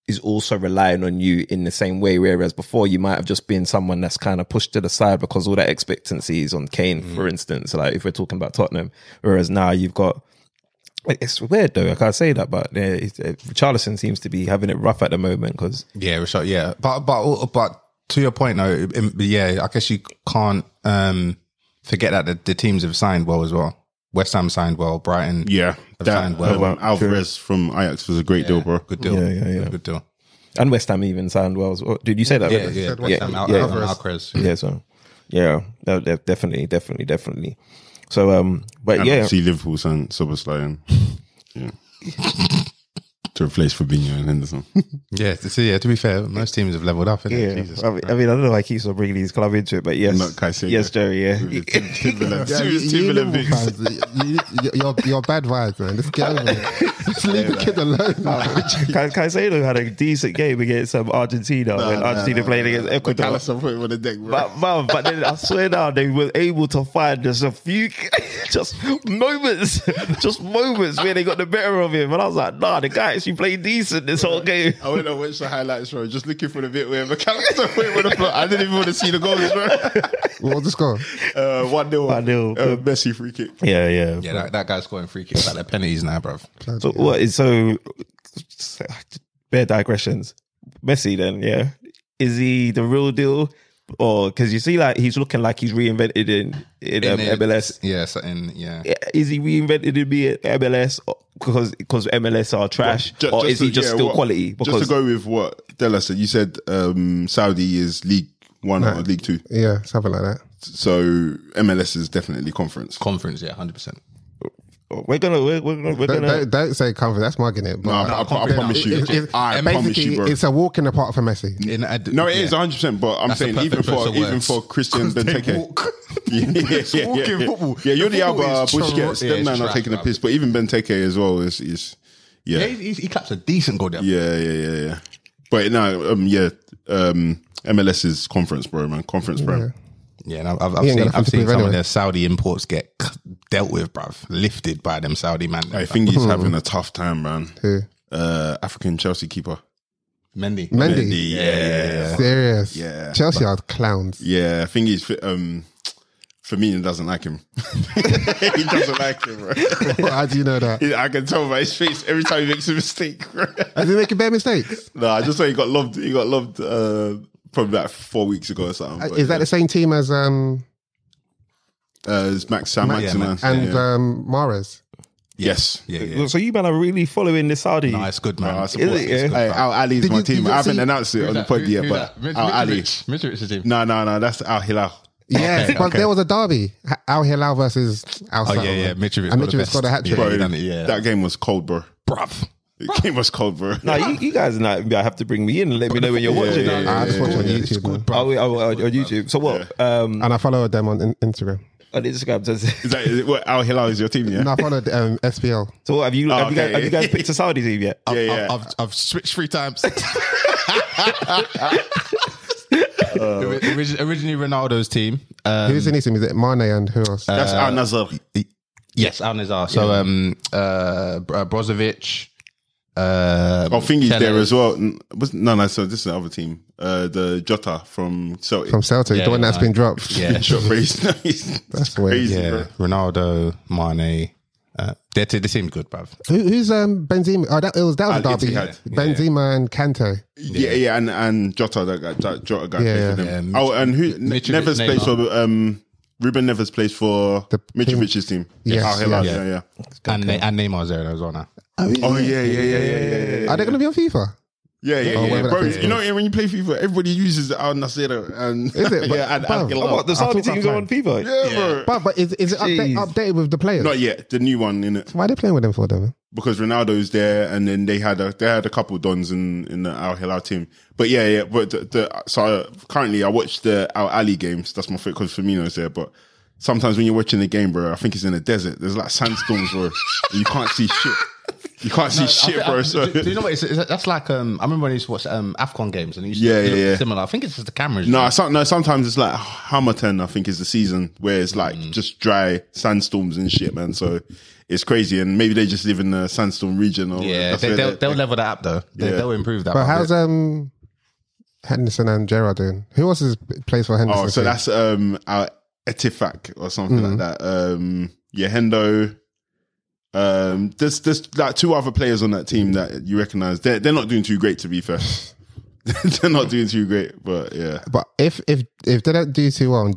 Speaker 4: is also relying on you in the same way. Whereas before, you might have just been someone that's kind of pushed to the side because all that expectancy is on Kane, for
Speaker 1: Mm.
Speaker 4: instance. Like if we're talking about Tottenham, whereas now you've got. It's weird though. I can't say that, but uh, it's- uh, Richarlison seems to be having it rough at the moment because
Speaker 1: Yeah, Rashad. Yeah, but but but to your point though, im- yeah, I guess you can't um, forget that the, the teams have signed well as well. West Ham signed well. Brighton,
Speaker 3: yeah.
Speaker 1: signed
Speaker 3: That,
Speaker 1: well.
Speaker 3: um, Alvarez from Ajax was a great deal, bro.
Speaker 1: good deal.
Speaker 4: Yeah, yeah, yeah.
Speaker 1: Good deal.
Speaker 4: and West Ham even signed well. as well. Did you say that?
Speaker 1: Yeah,
Speaker 4: West-
Speaker 1: yeah.
Speaker 2: West
Speaker 1: West
Speaker 4: yeah,
Speaker 1: Ham, Al-
Speaker 4: yeah.
Speaker 1: Al- Alvarez.
Speaker 4: yeah. So, yeah, no, de- definitely, definitely, definitely. So, um, but
Speaker 3: And
Speaker 4: yeah,
Speaker 3: see Liverpool sign Soberslayan. Yeah. to replace Fabinho and Henderson.
Speaker 1: Yeah, to see, yeah. To be fair, most teams have leveled up. Isn't
Speaker 4: Yeah,
Speaker 1: it? Jesus.
Speaker 4: I, mean, I mean, I don't know. why I keep sort of bringing these club into it, but yes,
Speaker 3: Not Caicedo.
Speaker 4: yes, Jerry. Yeah,
Speaker 3: With the Tim- Timberland-
Speaker 2: Yeah,
Speaker 3: serious
Speaker 2: you- you
Speaker 3: Timberland
Speaker 2: Liverpool
Speaker 3: bigs.
Speaker 2: fans, you- you- You're you're bad vibes, man. Just get over it. Just leave the kid alone. man.
Speaker 4: Ca- Caicedo had a decent game against um, Argentina when Argentina played against Ecuador.
Speaker 3: McAllister put him on the deck, bro.
Speaker 4: But man, but then I swear now they were able to find just a few just moments, just moments where they got the better of him. And I was like, nah, the guy actually played decent this whole game.
Speaker 3: I went and watched the highlights, bro. Just looking for the bit where McAllister put him on the floor. I didn't even want to see the goals, bro.
Speaker 2: What the score?
Speaker 3: Uh, 1 0.
Speaker 4: 1-0.
Speaker 3: Uh, Messi free kick.
Speaker 4: Yeah, yeah.
Speaker 1: Yeah, that, that guy's scoring free kicks like they're penalties now, bruv.
Speaker 4: So what is so bare digressions. Messi then, yeah. Is he the real deal? Or because you see, like he's looking like he's reinvented in in, um,
Speaker 1: it-
Speaker 4: MLS.
Speaker 1: Yeah, so in, yeah.
Speaker 4: is he reinvented to be at MLS because because MLS are trash,
Speaker 3: Ju-
Speaker 4: or is he
Speaker 3: to-
Speaker 4: just
Speaker 3: yeah,
Speaker 4: still
Speaker 3: what-
Speaker 4: quality? Because
Speaker 3: just to go with what Della said, you said um, Saudi is League One or League Two,
Speaker 2: Yeah, something like that.
Speaker 3: so MLS is definitely conference.
Speaker 1: Conference, yeah, 100%.
Speaker 4: we're gonna we're, we're gonna we're
Speaker 2: Don't,
Speaker 4: gonna
Speaker 2: don't, don't say comfort. That's mugging it. But
Speaker 3: No, I, I- I promise you,
Speaker 2: It- it-
Speaker 3: I
Speaker 2: and
Speaker 3: promise
Speaker 2: basically,
Speaker 3: you, bro.
Speaker 2: it's a walk in the park for Messi.
Speaker 1: In, I d-
Speaker 3: no, it
Speaker 1: yeah.
Speaker 3: is 100. percent But I'm
Speaker 1: That's
Speaker 3: saying
Speaker 1: the
Speaker 3: even
Speaker 1: perfect
Speaker 3: for
Speaker 1: choice of
Speaker 3: even
Speaker 1: words.
Speaker 3: for Christian Benteke, yeah, yeah, yeah,
Speaker 1: walking
Speaker 3: yeah.
Speaker 1: football.
Speaker 3: Yeah, Jordi
Speaker 1: The
Speaker 3: Alba,
Speaker 1: football is
Speaker 3: Busquets,
Speaker 1: trash. Yeah,
Speaker 3: them
Speaker 1: it's
Speaker 3: man are
Speaker 1: trash,
Speaker 3: taking a
Speaker 1: bruv.
Speaker 3: piss. But even Benteke as well is is
Speaker 1: Yeah,
Speaker 3: yeah,
Speaker 1: he, he claps a decent goal there.
Speaker 3: yeah, yeah, yeah, yeah. But no, um, yeah, um, MLS is conference, bro, man, conference, bro.
Speaker 1: Yeah, and I've, I've
Speaker 2: He ain't
Speaker 1: seen,
Speaker 2: got nothing
Speaker 1: I've
Speaker 2: to
Speaker 1: seen
Speaker 2: prove
Speaker 1: some
Speaker 2: anyway.
Speaker 1: of their Saudi imports get dealt with, bruv. Lifted by them Saudi man.
Speaker 3: I think he's
Speaker 2: Hmm.
Speaker 3: having a tough time, man.
Speaker 2: Who?
Speaker 3: Uh, African Chelsea keeper.
Speaker 1: Mendy.
Speaker 2: Mendy.
Speaker 3: Yeah, yeah, yeah.
Speaker 2: Serious.
Speaker 3: Yeah.
Speaker 2: Chelsea are clowns.
Speaker 3: Yeah, I think he's um, Firmino doesn't like him. he doesn't like him, bro.
Speaker 2: How do you know that?
Speaker 3: He- I can tell by his face every time he makes a mistake. Bro.
Speaker 2: Is he making bad mistakes?
Speaker 3: no, I just saw he got loved. He got loved uh, probably like four weeks ago or something. but
Speaker 2: Uh, Is that the same team as um
Speaker 3: uh, it's Max Sam
Speaker 1: Max- yeah,
Speaker 3: Maximan.
Speaker 1: Max-
Speaker 2: and
Speaker 3: Yeah.
Speaker 2: um Mares?
Speaker 3: yes.
Speaker 1: Yeah, yeah.
Speaker 4: So you man are really following the Saudi.
Speaker 1: Nah, it's good, man.
Speaker 3: I
Speaker 1: It's
Speaker 3: support
Speaker 1: good,
Speaker 4: it,
Speaker 1: it's
Speaker 4: yeah?
Speaker 1: good,
Speaker 3: Hey,
Speaker 1: bruv.
Speaker 3: Al Ali's
Speaker 2: Did
Speaker 3: my
Speaker 2: you-
Speaker 3: team.
Speaker 2: did you
Speaker 3: I haven't
Speaker 2: see-
Speaker 3: announced it on the pod yet, but Al Ali.
Speaker 1: Mitrovic's team.
Speaker 3: No, no, no. That's Al Hilal.
Speaker 2: Yeah,
Speaker 1: Okay,
Speaker 2: but
Speaker 1: okay.
Speaker 2: there was a derby. H- Al Hilal versus Al.
Speaker 1: Oh,
Speaker 2: Sadd,
Speaker 1: yeah, yeah.
Speaker 2: man.
Speaker 1: Mitrovic
Speaker 2: And
Speaker 1: got the
Speaker 2: Mitrovic scored a
Speaker 1: best.
Speaker 2: hat trick.
Speaker 1: Yeah,
Speaker 3: Bro,
Speaker 1: he done it, yeah.
Speaker 3: That game was cold, bro.
Speaker 1: Bruv.
Speaker 3: The game was cold, bro.
Speaker 4: No, you, you guys are not I have to bring me in and let me know when you're watching.
Speaker 3: yeah,
Speaker 4: it.
Speaker 3: yeah,
Speaker 2: I just watch it on YouTube, man.
Speaker 4: Oh, wait, oh, oh, on YouTube. So what? Um,
Speaker 2: and I followed them on in- Instagram.
Speaker 4: on Instagram.
Speaker 3: Is
Speaker 4: says-
Speaker 3: that is it, what, Al Hilal is your team, yeah?
Speaker 2: No, I followed um, SPL.
Speaker 4: So what, have you have, you
Speaker 3: okay.
Speaker 4: guys, have you guys picked a Saudi team yet?
Speaker 3: yeah, yeah.
Speaker 1: I've, I've, I've switched three times. Origi- originally Ronaldo's team.
Speaker 3: Uh,
Speaker 1: Um,
Speaker 2: Who's in his team? Is it Mane and who else?
Speaker 3: That's Al Nazar.
Speaker 1: yes, Al Nazar. So um, uh, Bro- Brozovic. Uh,
Speaker 3: Oh, Fingy's
Speaker 1: Keller.
Speaker 3: there as well. N- Was, no, no. So this is the other team. Uh, the Jota from Celtic.
Speaker 2: From Celtic,
Speaker 1: Yeah,
Speaker 2: the one that's
Speaker 1: no.
Speaker 2: been dropped.
Speaker 1: Yeah,
Speaker 3: Shot raised. That's
Speaker 2: weird.
Speaker 3: crazy,
Speaker 1: yeah.
Speaker 3: bro.
Speaker 1: Ronaldo, Mane. Uh, they they seem good, bruv.
Speaker 2: Who, who's um, Benzema? Oh, that, it was, that was a
Speaker 3: Al
Speaker 2: derby.
Speaker 3: Ittihad.
Speaker 2: Benzema and Kante.
Speaker 3: Yeah, yeah, and and Jota, that guy, that Jota guy.
Speaker 2: Yeah,
Speaker 3: played for
Speaker 1: yeah.
Speaker 3: them.
Speaker 1: Yeah,
Speaker 3: oh, and who? Ne-
Speaker 1: Mitrovic,
Speaker 3: Nevers plays for um. Ruben Nevers plays for
Speaker 2: The
Speaker 3: Mitrovic's team.
Speaker 2: Yes.
Speaker 3: Al Hilal.
Speaker 1: Yeah.
Speaker 3: Yeah, yeah.
Speaker 1: And, Ne- and Neymar's there as well now.
Speaker 3: Oh yeah, yeah, yeah, yeah, yeah, yeah.
Speaker 2: Are they going to be on FIFA?
Speaker 3: Yeah, yeah,
Speaker 2: Oh,
Speaker 3: yeah.
Speaker 2: whatever
Speaker 3: Bro,
Speaker 2: that thing
Speaker 3: you know when you play FIFA, everybody uses Al Nasser and
Speaker 2: Is it?
Speaker 3: yeah, and
Speaker 2: Bro.
Speaker 3: Al Hilal.
Speaker 2: Oh,
Speaker 4: What the
Speaker 2: I
Speaker 4: Saudi
Speaker 2: thought
Speaker 4: teams
Speaker 2: I
Speaker 4: are on FIFA?
Speaker 3: Yeah, bro.
Speaker 2: But, but is, is it update,
Speaker 4: Jeez.
Speaker 2: updated with the players?
Speaker 3: Not yet. The new one in it.
Speaker 2: Why are they playing with them for, though?
Speaker 3: because Ronaldo's there, and then they had a they had a couple dons in in the Al Hilal team. But yeah, yeah. But the, the so uh currently I watch the Al Ali games. That's my favorite because Firmino's there. But sometimes when you're watching the game, bro, I think it's in the desert. There's like sandstorms, bro. you can't see shit. You can't see
Speaker 1: I
Speaker 3: shit,
Speaker 1: think-
Speaker 3: bro.
Speaker 1: I-
Speaker 3: So.
Speaker 1: Uh, do, do you know what? It's, it's, that's like um, I remember when I used to watch um, Afcon games and it used to
Speaker 3: Yeah,
Speaker 1: look
Speaker 3: yeah, yeah.
Speaker 1: similar. I think it's just the cameras.
Speaker 3: No, some, no. Sometimes it's like Hamilton. I think is the season where it's like
Speaker 1: Mm.
Speaker 3: just dry sandstorms and shit, man. So it's crazy, and maybe they just live in a sandstorm region. Or
Speaker 1: yeah,
Speaker 3: that's
Speaker 1: they,
Speaker 3: where
Speaker 1: they'll,
Speaker 3: they-
Speaker 1: they'll level that up though. They,
Speaker 3: Yeah.
Speaker 1: They'll improve that.
Speaker 2: But
Speaker 1: bruv.
Speaker 2: how's um, Henderson and Gerrard doing? Who else is, plays for Henderson?
Speaker 3: Oh, so that's um our Etifak or something
Speaker 2: Mm.
Speaker 3: like that. Um yeah, Hendo. Um there's there's like two other players on that team that you recognise. They're they're not doing too great to be fair. they're not doing too great, but yeah.
Speaker 2: But if if if they don't do too well,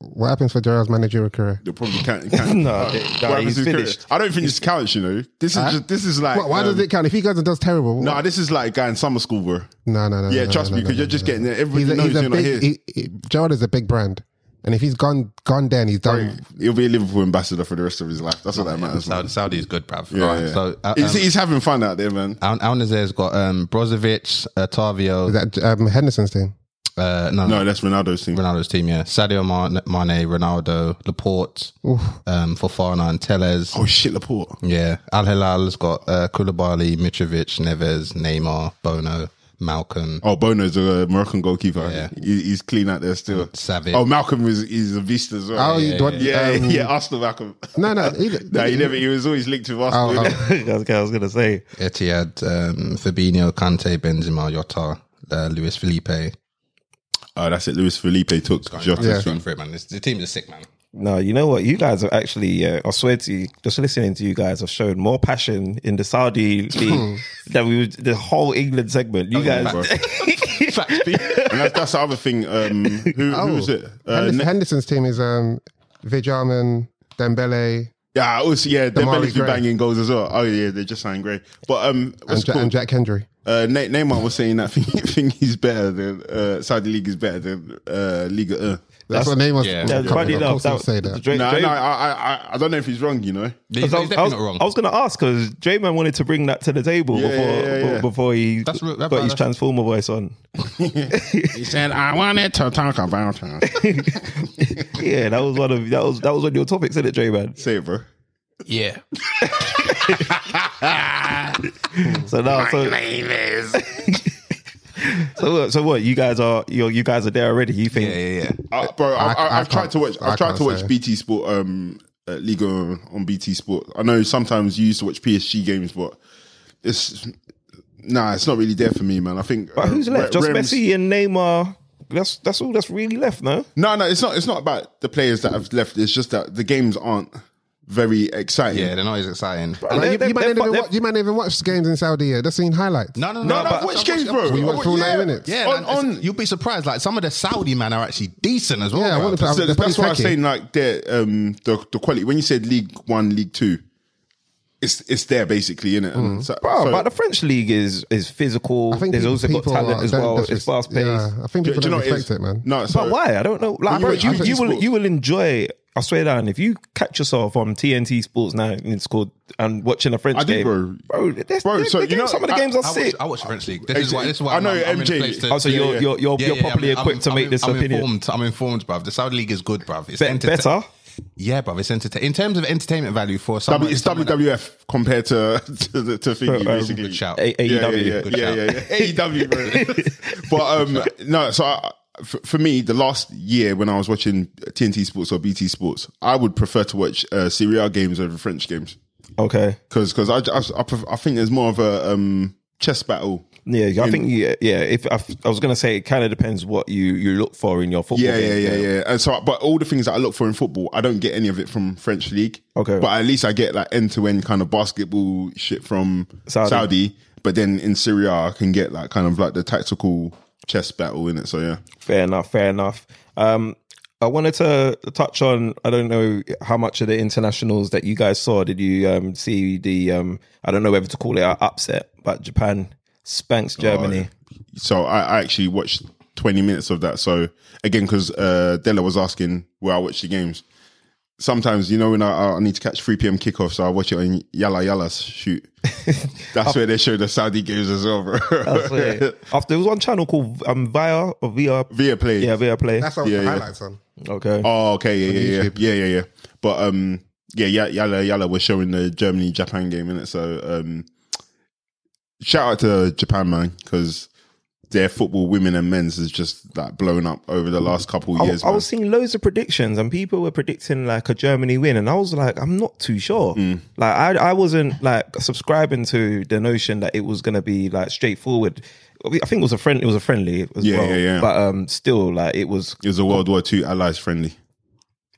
Speaker 2: what happens for Gerrard's managerial career?
Speaker 3: They probably can't, can't
Speaker 4: No,
Speaker 3: uh,
Speaker 4: they-
Speaker 3: what
Speaker 4: no,
Speaker 3: happens
Speaker 4: he's
Speaker 3: to Kurt?
Speaker 4: finished.
Speaker 3: I don't think this counts, you know. This is just, this is like
Speaker 2: Why- why does
Speaker 3: um,
Speaker 2: it count? If he goes and does terrible,
Speaker 3: No, this is like a guy in summer school, bro.
Speaker 2: no, no, no.
Speaker 3: Yeah,
Speaker 2: no,
Speaker 3: trust
Speaker 2: no,
Speaker 3: me,
Speaker 2: no,
Speaker 3: because
Speaker 2: no,
Speaker 3: you're just
Speaker 2: no.
Speaker 3: getting there. Everybody
Speaker 2: He's a,
Speaker 3: knows
Speaker 2: he's
Speaker 3: you're
Speaker 2: a
Speaker 3: not
Speaker 2: big.
Speaker 3: here.
Speaker 2: He, he, Gerrard is a big brand. And if he's gone gone there and he's done,
Speaker 3: He'll be a Liverpool ambassador for the rest of his life. That's what that matters. man.
Speaker 1: Saudi, Saudi is good, bruv.
Speaker 3: Yeah,
Speaker 1: Alright,
Speaker 3: yeah.
Speaker 1: So uh,
Speaker 3: he's,
Speaker 1: um,
Speaker 3: he's having fun out there, man.
Speaker 1: Al- Alnazer's got um, Brozovic, Otavio.
Speaker 2: is that um, Henderson's team?
Speaker 1: Uh, no, no,
Speaker 3: No, that's Ronaldo's team.
Speaker 1: Ronaldo's team. Yeah, Sadio Mane, Mane Ronaldo, Laporte, um, Fofana, and Teles.
Speaker 3: Oh shit, Laporte.
Speaker 1: Yeah, Al Hilal's got uh, Koulibaly, Mitrovic, Neves, Neymar, Bono, Malcolm.
Speaker 3: Oh, Bono's a Moroccan goalkeeper.
Speaker 1: Yeah.
Speaker 3: He, he's clean out there still.
Speaker 1: Savic.
Speaker 3: Oh, Malcolm is he's a beast as well.
Speaker 2: Oh, you don't-
Speaker 3: yeah,
Speaker 2: um,
Speaker 3: yeah, Arsenal Malcolm.
Speaker 2: No, no, he-
Speaker 3: no, he never. He was always linked with Arsenal.
Speaker 2: Oh,
Speaker 3: innit?
Speaker 4: That's what I was gonna say.
Speaker 1: Etihad, um, Fabinho, Kante, Benzema, Yota, uh, Luis Felipe.
Speaker 3: Oh, that's it. Luis Felipe took Jota's
Speaker 1: Going for it, man. This, the team is sick, man.
Speaker 4: No, you know what? You guys have actually, uh, I swear to you, just listening to you guys have shown more passion in the Saudi league than we would- the whole England segment. You guys,
Speaker 3: and that's, that's the other thing. Um, who, who was it? Uh,
Speaker 2: Oh. Henderson,
Speaker 3: ne-
Speaker 2: Henderson's team is um, Vijaman, Dembele,
Speaker 3: yeah, also, yeah, Dembele's been
Speaker 2: Gray.
Speaker 3: banging goals as well. Oh yeah, they just signed Gray. But um, what's
Speaker 2: and,
Speaker 3: it
Speaker 2: Ja-
Speaker 3: called?
Speaker 2: and Jack Hendry.
Speaker 3: Uh, Ne- Neymar was saying that thing, thing he's better than uh, Saudi league is better than uh, Liga. Uh.
Speaker 2: That's, what name was.
Speaker 1: yeah.
Speaker 4: yeah, funny
Speaker 2: of
Speaker 4: enough,
Speaker 2: course he'll
Speaker 4: that,
Speaker 2: say that.
Speaker 4: Dre-
Speaker 3: No,
Speaker 4: Dre-
Speaker 3: no, I, I, I- I don't know if he's wrong. You know,
Speaker 1: He's, he's
Speaker 4: I was,
Speaker 1: definitely
Speaker 4: I was-
Speaker 1: not wrong.
Speaker 4: I was going to ask because Draymond wanted to bring that to the table
Speaker 3: Yeah,
Speaker 4: before
Speaker 3: yeah, yeah, yeah.
Speaker 4: before he
Speaker 1: That's real- that-
Speaker 4: got his
Speaker 1: that's-
Speaker 4: transformer voice on.
Speaker 3: he said I wanted to talk about him.
Speaker 4: Yeah, that was one of that was that was one of your topics, isn't it, Draymond?
Speaker 3: Say it, bro.
Speaker 5: Yeah.
Speaker 4: So now, so so what, so what? You guys are you you guys are there already. You think?
Speaker 1: yeah, yeah, yeah.
Speaker 3: Uh, bro, I, I,
Speaker 2: I
Speaker 3: I've tried
Speaker 2: can't-
Speaker 3: to watch.
Speaker 2: I
Speaker 3: I've tried
Speaker 2: can't
Speaker 3: to watch
Speaker 2: say.
Speaker 3: BT Sport, um, uh, Liga on BT Sport. I know sometimes you used to watch PSG games, but it's nah, it's not really there for me, man. I think. uh,
Speaker 4: But who's left?
Speaker 3: Re-
Speaker 4: Just
Speaker 3: Rems-
Speaker 4: Messi and Neymar. That's that's all that's really left, no?
Speaker 3: No, no, it's not. It's not about the players that have left. It's just that the games aren't very exciting.
Speaker 1: Yeah, they're not as exciting.
Speaker 2: Like, you,
Speaker 4: They're-
Speaker 2: you, might not
Speaker 4: they're-
Speaker 2: even
Speaker 4: they're-
Speaker 2: watch, you might not even watch games in Saudi. Yeah, that's seen highlights.
Speaker 1: No, no, no.
Speaker 3: No, no, I've
Speaker 1: but-
Speaker 3: watched games, bro.
Speaker 2: We
Speaker 3: I
Speaker 2: went
Speaker 3: watched-
Speaker 2: through
Speaker 3: yeah.
Speaker 2: nine minutes.
Speaker 1: Yeah,
Speaker 3: on,
Speaker 1: man,
Speaker 3: on
Speaker 1: it's- you'll be surprised. Like some of the Saudi man are actually decent as well.
Speaker 2: Yeah, I
Speaker 1: bro.
Speaker 2: wanna put-
Speaker 3: So
Speaker 2: They're
Speaker 3: that's
Speaker 2: pretty
Speaker 3: why I'm
Speaker 2: techy.
Speaker 3: saying like the um the, the quality when you said League One, League Two, it's it's there basically, innit?
Speaker 2: Mm.
Speaker 3: And so,
Speaker 4: Bro,
Speaker 3: so-
Speaker 4: but the French league is is physical.
Speaker 2: I think
Speaker 4: There's
Speaker 2: pe-
Speaker 4: also got
Speaker 2: people
Speaker 4: talent
Speaker 2: are-
Speaker 4: as
Speaker 2: don't
Speaker 4: well.
Speaker 2: disres-
Speaker 4: It's fast paced.
Speaker 2: Yeah, I think
Speaker 3: do,
Speaker 2: people
Speaker 3: do you
Speaker 2: don't
Speaker 3: know what it
Speaker 2: respect
Speaker 3: is?
Speaker 2: it, man.
Speaker 3: No, so,
Speaker 4: But why? I don't know.
Speaker 3: you
Speaker 4: Like, bro,
Speaker 3: watch
Speaker 4: you,
Speaker 3: Anthony
Speaker 4: you will
Speaker 3: Sports-
Speaker 4: you will enjoy. I swear down. If you catch yourself on TNT Sports now and it's called and watching a French
Speaker 3: I do,
Speaker 4: game,
Speaker 3: bro.
Speaker 4: there's-
Speaker 3: Bro,
Speaker 4: there's-
Speaker 3: so
Speaker 4: the
Speaker 3: you
Speaker 4: games-
Speaker 3: know,
Speaker 4: some of the
Speaker 3: I-
Speaker 4: games are
Speaker 1: I watch,
Speaker 4: sick.
Speaker 1: I watch French league. This is why. This is why.
Speaker 3: I know
Speaker 1: I'm, I'm in a
Speaker 3: MJ.
Speaker 1: place to-
Speaker 4: Oh, so
Speaker 3: Yeah,
Speaker 4: you're,
Speaker 3: yeah.
Speaker 4: you're you're
Speaker 1: Yeah,
Speaker 4: you're
Speaker 1: yeah, I'm-
Speaker 4: properly
Speaker 1: I'm-
Speaker 4: equipped
Speaker 1: I'm-
Speaker 4: to make this
Speaker 1: I'm
Speaker 4: opinion.
Speaker 1: Informed. I'm informed, bruv. The Saudi league is good, bruv. It's
Speaker 4: Be-
Speaker 1: enter-
Speaker 4: better.
Speaker 1: Yeah, bruv. It's enter- in terms of entertainment value for
Speaker 3: W-
Speaker 1: someone.
Speaker 3: it's WWF compared to to, the- to thingy,
Speaker 4: um,
Speaker 3: basically.
Speaker 1: Good shout. E
Speaker 4: A- E
Speaker 3: Yeah,
Speaker 4: AEW.
Speaker 3: yeah,
Speaker 1: Good
Speaker 3: yeah,
Speaker 1: shout.
Speaker 3: yeah, yeah, AEW, bro. but um, no, so I, for, for me, the last year when I was watching TNT Sports or BT Sports, I would prefer to watch uh, Serie A games over French games
Speaker 4: Okay.
Speaker 3: because because I, I, I, pref- I think there's more of a um chess battle.
Speaker 4: Yeah, I think yeah, yeah. If I, I was gonna say, it kind of depends what you you look for in your football.
Speaker 3: Yeah, yeah,
Speaker 4: game.
Speaker 3: yeah, yeah. And so, but all the things that I look for in football, I don't get any of it from French league.
Speaker 4: Okay.
Speaker 3: but at least I get like end to end kind of basketball shit from Saudi.
Speaker 4: Saudi.
Speaker 3: But then in Syria, I can get like kind of like the tactical chess battle in it. So yeah,
Speaker 4: Fair enough. Fair enough. Um, I wanted to touch on. I don't know how much of the internationals that you guys saw. Did you um, see the? Um, I don't know whether to call it an upset, but Japan spanks
Speaker 3: Oh,
Speaker 4: Germany.
Speaker 3: so I, I actually watched 20 minutes of that. So again, because uh, Della was asking where I watch the games. Sometimes you know when I, I need to catch 3 p.m. kickoff, so I watch it on Yalla Yalla's shoot. That's where they show the Saudi games as well, bro.
Speaker 4: That's it. After there was one channel called um, Via or Via.
Speaker 3: Via play.
Speaker 4: Yeah, Via Play.
Speaker 2: That's all
Speaker 3: Yeah,
Speaker 2: the
Speaker 3: yeah.
Speaker 2: highlights on.
Speaker 4: okay.
Speaker 3: Oh, okay, yeah, yeah, yeah,
Speaker 2: YouTube.
Speaker 3: yeah, yeah, yeah. But um, yeah, yeah, Yalla Yalla was showing the Germany Japan game in it. So um, shout out to Japan man because their football, women and men's, is just like blown up over the last couple of
Speaker 4: I,
Speaker 3: years.
Speaker 4: I was seeing loads of predictions and people were predicting like a Germany win and I was like I'm not too sure
Speaker 3: Mm.
Speaker 4: like I, I wasn't like subscribing to the notion that it was going to be like straightforward I think it was a friend it was a friendly as
Speaker 3: Yeah,
Speaker 4: well
Speaker 3: yeah, yeah.
Speaker 4: but um still like it was
Speaker 3: it was a World War Two allies friendly.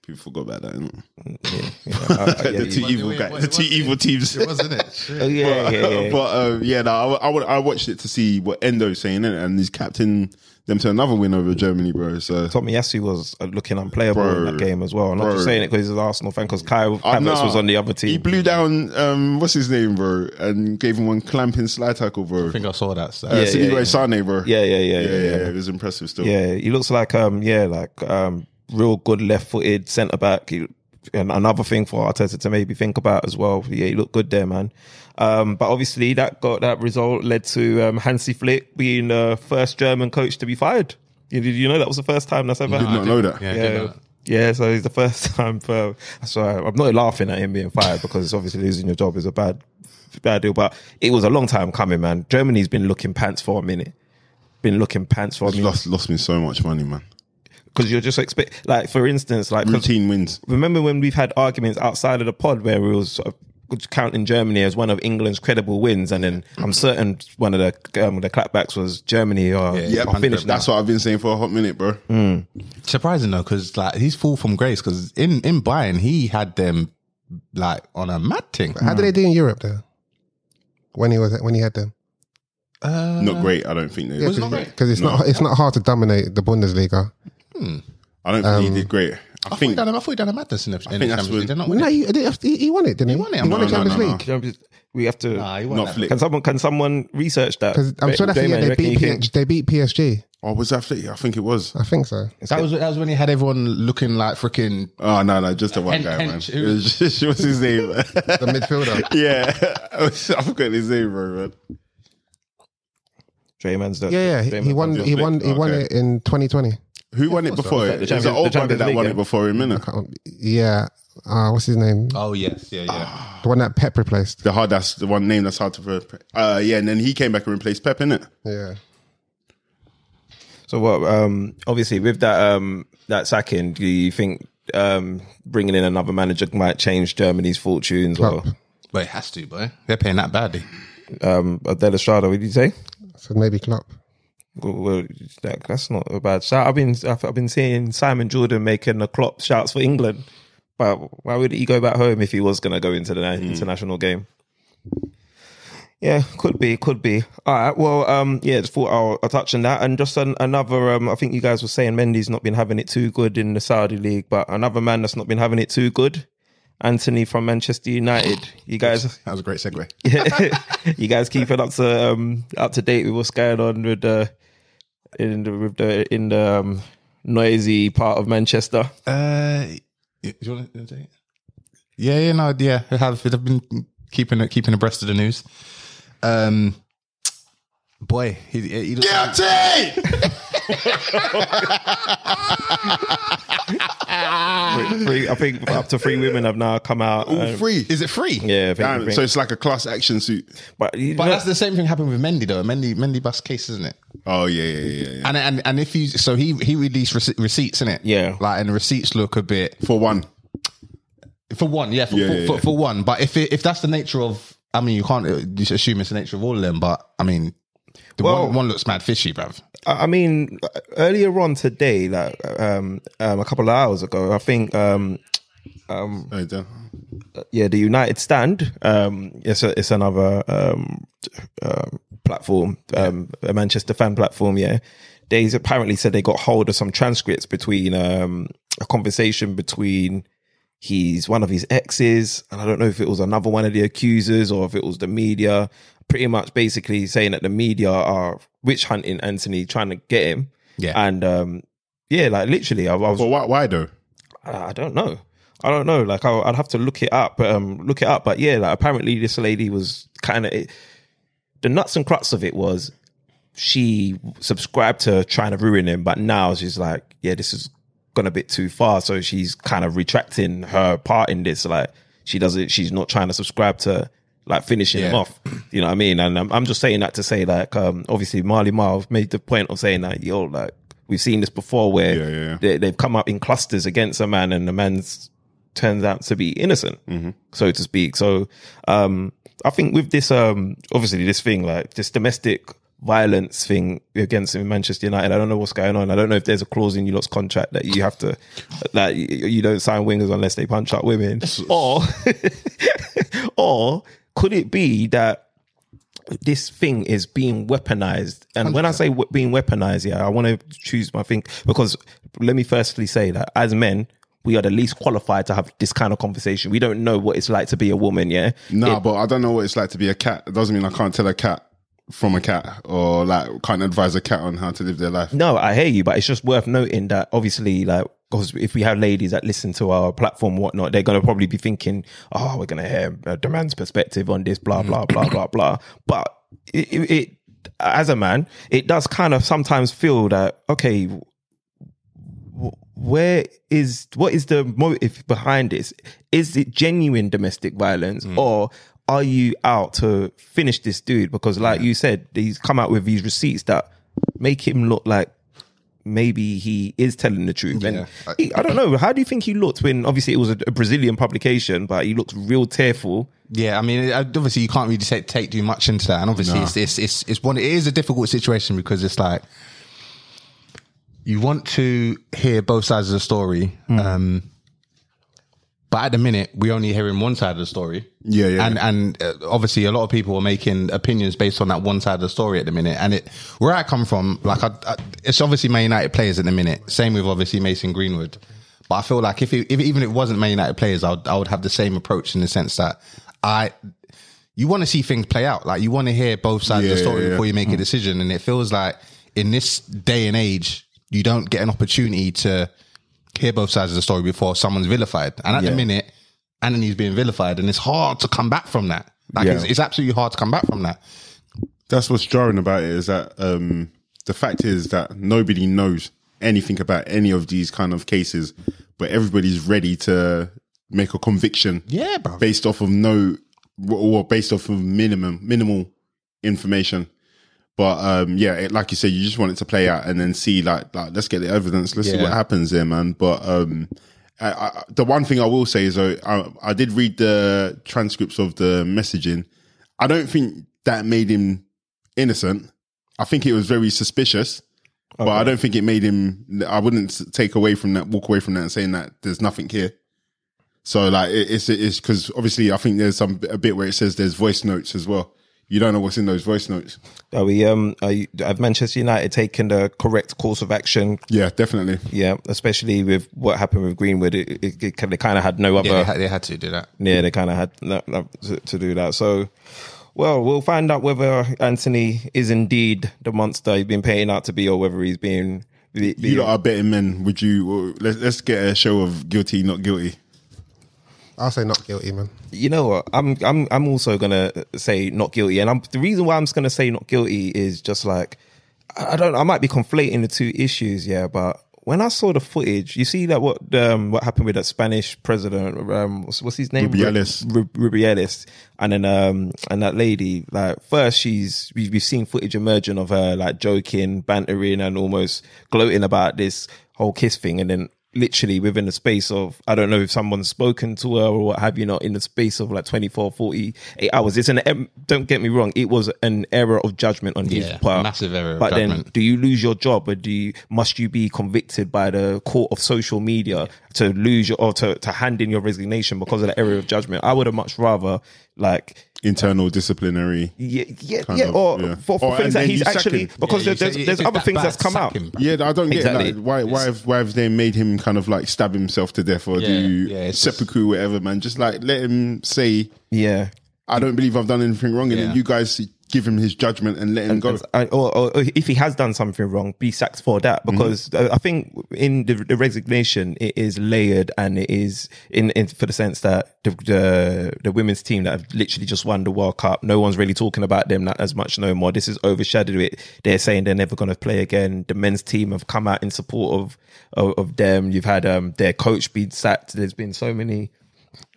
Speaker 3: People forgot about that. innit?
Speaker 4: you know, I- I- Oh, yeah,
Speaker 3: the two
Speaker 4: yeah,
Speaker 3: evil
Speaker 1: wait,
Speaker 3: guys,
Speaker 1: wait,
Speaker 3: the two
Speaker 1: what-
Speaker 3: evil teams.
Speaker 1: It wasn't it. Shit.
Speaker 4: Oh, yeah, yeah, yeah.
Speaker 3: but um, yeah, no, I, I, would- I watched it to see what Endo's saying, innit? and he's captain them to another win over Germany, bro. So
Speaker 4: Tomiyasu was uh, looking unplayable in that
Speaker 3: Bro.
Speaker 4: game as well. I'm not
Speaker 3: Bro.
Speaker 4: just saying it because he's an Arsenal fan, because Kyle
Speaker 3: Uh,
Speaker 4: Havertz
Speaker 3: nah.
Speaker 4: was on the other
Speaker 3: He
Speaker 4: team.
Speaker 3: blew down um, what's his name, bro, and gave him one clamping slide tackle, bro.
Speaker 1: I think I saw that. So.
Speaker 3: Uh,
Speaker 4: Yeah,
Speaker 3: Sadiq
Speaker 4: yeah,
Speaker 3: Sane, bro.
Speaker 4: yeah, yeah, yeah, yeah,
Speaker 3: yeah,
Speaker 4: yeah,
Speaker 3: It was impressive still.
Speaker 4: yeah. He looks like um, yeah, like um, real good left footed centre back. He- And another thing for Arteta to maybe think about as well. Yeah, he looked good there, man. Um, but obviously, that got that result led to um, Hansi Flick being the first German coach to be fired. You, did you know that was the first time that's ever
Speaker 3: Did not know that.
Speaker 1: Yeah,
Speaker 4: yeah, yeah. So he's the first time for. So I'm not laughing at him being fired because obviously losing your job is a bad, bad deal. But it was a long time coming, man. Germany's been looking pants for a minute. Been looking pants for a
Speaker 3: It's
Speaker 4: minute
Speaker 3: lost lost me so much money, man.
Speaker 4: because you're just expect like for instance like 'cause
Speaker 3: Routine wins.
Speaker 4: remember when we've had arguments outside of the pod where we was sort of counting Germany as one of England's credible wins, and then I'm certain one of the um, the clapbacks was Germany or
Speaker 3: Yeah,
Speaker 4: or Finnish.
Speaker 3: that's what I've been saying for a hot minute, bro.
Speaker 4: Mm.
Speaker 1: Surprising though, because like he's full from grace. Because in in Bayern, he had them like on a mad thing.
Speaker 2: How did they do in Europe though? When he was when he had them,
Speaker 3: Not great, I don't think. They,
Speaker 2: because it's not it's not hard to dominate the Bundesliga.
Speaker 3: I don't think he did great.
Speaker 1: I
Speaker 3: I think
Speaker 1: thought he done- I thought he done a madness in the, in the
Speaker 3: think
Speaker 1: Champions
Speaker 3: that's when-
Speaker 1: League. They're not
Speaker 2: Well, no, he, he, he won it, didn't he? He
Speaker 1: won it,
Speaker 2: He won
Speaker 1: no,
Speaker 2: the
Speaker 3: no,
Speaker 2: Champions
Speaker 3: no, no.
Speaker 2: League.
Speaker 4: We have to.
Speaker 1: Nah, he won't
Speaker 3: not
Speaker 1: have
Speaker 3: Flick.
Speaker 4: can someone can someone research that?
Speaker 2: Because I'm sure that's the
Speaker 4: J-Man,
Speaker 2: year
Speaker 4: you
Speaker 2: they
Speaker 4: reckon
Speaker 2: beat
Speaker 4: you can-
Speaker 2: PH, they beat PSG.
Speaker 3: Oh, was that Flick? I think it was.
Speaker 2: I think so.
Speaker 1: That was that was when he had everyone looking like freaking.
Speaker 3: Oh no, no, just a white
Speaker 1: Hen-
Speaker 3: guy, man.
Speaker 1: Hench,
Speaker 3: It
Speaker 1: who-
Speaker 3: was just- What's his name?
Speaker 2: The midfielder.
Speaker 3: yeah, I forgot his name, bro. Man.
Speaker 4: J-Man's the,
Speaker 2: Yeah, yeah. He,
Speaker 4: J-Man's
Speaker 2: he won.
Speaker 4: the-
Speaker 2: He won. He won
Speaker 3: Okay.
Speaker 2: it in 2020.
Speaker 3: Who won it before?
Speaker 4: uh, the
Speaker 3: It was an
Speaker 4: Champions-
Speaker 3: old brother
Speaker 4: the Champions
Speaker 3: that
Speaker 4: League,
Speaker 3: won
Speaker 4: yeah.
Speaker 3: it before him, innit?
Speaker 2: Can't- Oh, Yeah. Uh, what's his name?
Speaker 1: Oh yes, yeah,
Speaker 3: Ah.
Speaker 1: yeah.
Speaker 2: The one that Pep replaced.
Speaker 3: The hard that's the one name that's hard to. pre- Uh, yeah, and then he came back and replaced Pep, innit?
Speaker 2: Yeah.
Speaker 4: So what? Um, obviously, with that um, that sacking, do you think um, bringing in another manager might change Germany's fortunes? Or
Speaker 1: But it has to, boy. They're paying that badly.
Speaker 4: um, Adela Strada, what did you say?
Speaker 2: So maybe Klopp.
Speaker 4: Well, well, that, that's not a bad shout. I've been I've, I've been seeing Simon Jordan making the Klopp shouts for England, but why would he go back home if he was going to go into the international game? Yeah, could be, could be. All right. Well, um, yeah, just thought I'll, I'll touch on that, and just an, another. Um, I think you guys were saying Mendy's not been having it too good in the Saudi league, but another man that's not been having it too good, Anthony from Manchester United. You guys,
Speaker 1: That was a great segue.
Speaker 4: you guys keep it up to um, up to date with what's going on with the in the with the in the um, noisy part of Manchester.
Speaker 1: Uh, do you want to take it? Yeah, yeah, no, yeah. I have I've been keeping it, keeping abreast of the news. Um, boy, he, he looks like,
Speaker 3: Guilty.
Speaker 4: Three, I think up to three women have now come out. um,
Speaker 3: Free.
Speaker 1: is it free?
Speaker 4: yeah, I think, I
Speaker 3: Damn,
Speaker 4: think-
Speaker 3: so it's like a class action suit.
Speaker 4: but, you
Speaker 1: But
Speaker 4: know-
Speaker 1: that's the same thing happened with Mendy though. Mendy, Mendy bust case, isn't it?
Speaker 3: Oh yeah, yeah, yeah, yeah.
Speaker 1: And and and if you so he he released rece- receipts, isn't it?
Speaker 4: Yeah.
Speaker 1: like and the receipts look a bit
Speaker 3: For one,
Speaker 1: for one, yeah, for
Speaker 3: Yeah,
Speaker 1: for,
Speaker 3: yeah,
Speaker 1: for,
Speaker 3: yeah.
Speaker 1: for one. But if it, if that's the nature of, I mean, you can't uh, just assume it's the nature of all of them. But I mean, the
Speaker 4: Well-
Speaker 1: one, one looks mad fishy, bruv.
Speaker 4: I I mean, earlier on today, like um, um, a couple of hours ago, I think um,
Speaker 3: Oh, damn.
Speaker 4: yeah, the United Stand. Um, it's a, it's another um, um, platform, um, a Manchester fan platform. Yeah, they apparently said they got hold of some transcripts between um, a conversation between he's one of his exes, and I don't know if it was another one of the accusers or if it was the media. Pretty much, basically saying that the media are witch hunting Anthony, trying to get him.
Speaker 1: Yeah.
Speaker 4: and um, yeah, like literally, I, I was
Speaker 3: But why, why though?
Speaker 4: I I don't know. I don't know. Like I'll, I'd have to look it up. Um, look it up. But yeah, like apparently this lady was kind of the nuts and crux of it was she subscribed to trying to ruin him, but now she's like, yeah, this has gone a bit too far. So she's kind of retracting her part in this. Like she doesn't. She's not trying to subscribe to like finishing him
Speaker 1: Yeah.
Speaker 4: off. You know what I mean? And I'm, I'm just saying that to say like, um, obviously Marley Marl made the point of saying that yo, like we've seen this before where
Speaker 3: Yeah, yeah, yeah.
Speaker 4: They, they've come up in clusters against a man and the man's turns out to be innocent, so to speak. So um, I think with this, um, obviously, this thing, like this domestic violence thing against Manchester United, I don't know what's going on. I don't know if there's a clause in your lot's contract that you have to, that you, you don't sign wingers unless they punch up women. Or, or could it be that this thing is being weaponized. And when I say we- being weaponized, yeah, I want to choose my thing because let me firstly say that as men, we are the least qualified to have this kind of conversation. We don't know what it's like to be a woman, yeah?
Speaker 3: Nah, but I don't know what it's like to be a cat. It doesn't mean I can't tell a cat from a cat or like can't advise a cat on how to live their life.
Speaker 4: No, I hear you, but it's just worth noting that obviously, like, because if we have ladies that listen to our platform, and whatnot, they're gonna probably be thinking, "Oh, we're gonna hear uh, the man's perspective on this, blah blah blah blah blah." But it, it, it, as a man, it does kind of sometimes feel that okay, where is what is the motive behind this? Is it genuine domestic violence
Speaker 1: Mm.
Speaker 4: or are you out to finish this dude? Because like you said, he's come out with these receipts that make him look like maybe he is telling the truth. And he- I don't know. How do you think he looked when obviously it was a, a Brazilian publication, but he looked real tearful.
Speaker 1: Yeah, I mean, uh, obviously you can't really take, take too much into that, and obviously it's, it's it's it's one. It is a difficult situation because it's like you want to hear both sides of the story,
Speaker 3: Hmm.
Speaker 1: um, but at the minute we only hearing one side of the story.
Speaker 3: Yeah, yeah.
Speaker 1: and and uh, obviously a lot of people are making opinions based on that one side of the story at the minute. And it where I come from, like I, I, it's obviously Man United players at the minute. Same with obviously Mason Greenwood. But I feel like if, it, if even if it wasn't Man United players, I would, I would have the same approach in the sense that I you want to see things play out. Like you want to hear both sides of the
Speaker 3: Yeah,
Speaker 1: story
Speaker 3: yeah, yeah.
Speaker 1: before you make a decision. And it feels like in this day and age, you don't get an opportunity to hear both sides of the story before someone's vilified. And at the minute, Anthony's being vilified, and it's hard to come back from that. Like
Speaker 3: Yeah.
Speaker 1: it's, it's absolutely hard to come back from that.
Speaker 3: That's what's jarring about it is that um, the fact is that nobody knows anything about any of these kind of cases, but everybody's ready to make a conviction.
Speaker 1: Yeah, bro.
Speaker 3: based off of no or based off of minimum minimal information but um yeah it, like you said you just want it to play out and then see like, like let's get the evidence let's see
Speaker 1: Yeah.
Speaker 3: what happens there man but um I, I, the one thing i will say is though I, I did read the transcripts of the messaging i don't think that made him innocent i think it was very suspicious but i don't think it made him i wouldn't s- take away from that walk away from that and saying that there's nothing here so like it, it's it's because obviously I think there's some a bit where it says there's voice notes as well. You don't know what's in those voice notes.
Speaker 4: Are we um are you, have Manchester United taken the correct course of action?
Speaker 3: Yeah, definitely.
Speaker 4: Yeah, especially with what happened with Greenwood, it, it, it, they kind of had no other
Speaker 1: Yeah, they, had, they had to do that.
Speaker 4: yeah, they kind of had no- no- to, to do that. So, well, we'll find out whether Anthony is indeed the monster he's been painting out to be, or whether he's being. Be, be-
Speaker 3: You lot are betting men. Would you? or Let's let's get a show of guilty, not guilty.
Speaker 2: I'll say not guilty, man.
Speaker 4: you know what? I'm I'm I'm also gonna say not guilty, and I'm the reason why I'm just gonna say not guilty is just like I I don't. I might be conflating the two issues, yeah. But when I saw the footage, you see that what um what happened with that Spanish president, um, what's, what's his name?
Speaker 3: Rubiales.
Speaker 4: Ru- Rubiales, and then um and that lady. Like first, she's we, we've seen footage emerging of her like joking, bantering, and almost gloating about this whole kiss thing, and then literally within the space of I don't know if someone's spoken to her or what have you not in the space of like 24 48 hours it's an em- don't get me wrong it was an error of judgment on his
Speaker 1: Yeah,
Speaker 4: part
Speaker 1: massive error of
Speaker 4: but then
Speaker 1: judgment.
Speaker 4: do you lose your job or do you must you be convicted by the court of social media to lose your or to, to hand in your resignation because of the error of judgment i would have much rather like
Speaker 3: Internal disciplinary.
Speaker 4: yeah yeah,
Speaker 3: Kind
Speaker 4: yeah
Speaker 3: of,
Speaker 4: or
Speaker 3: yeah.
Speaker 4: for, for
Speaker 3: Or-
Speaker 4: things
Speaker 3: and
Speaker 4: that
Speaker 3: then
Speaker 4: he's
Speaker 3: you sack
Speaker 4: actually
Speaker 3: him.
Speaker 4: because
Speaker 1: Yeah, you
Speaker 4: there's,
Speaker 1: say,
Speaker 4: there's,
Speaker 1: if
Speaker 4: there's
Speaker 1: it's
Speaker 4: other
Speaker 1: that
Speaker 4: things
Speaker 1: bad,
Speaker 4: that's come
Speaker 1: sack
Speaker 4: out
Speaker 1: him, bro.
Speaker 3: Yeah, I don't get
Speaker 4: Exactly.
Speaker 3: it. Like, why why have why have they made him kind of like stab himself to death or
Speaker 1: Yeah,
Speaker 3: do
Speaker 1: yeah, it's just-
Speaker 3: seppuku, whatever, man? Just like let him say,
Speaker 4: yeah
Speaker 3: I don't believe I've done anything wrong, and
Speaker 1: Yeah.
Speaker 3: then you guys give him his judgment and let him go.
Speaker 4: I- or, or if he has done something wrong, be sacked for that. Because uh I think in the, the resignation, it is layered and it is in, in for the sense that the, the the women's team that have literally just won the World Cup, no one's really talking about them that as much no more. This is overshadowed it. They're saying they're never going to play again. The men's team have come out in support of of, of them. You've had um, their coach being sacked. There's been so many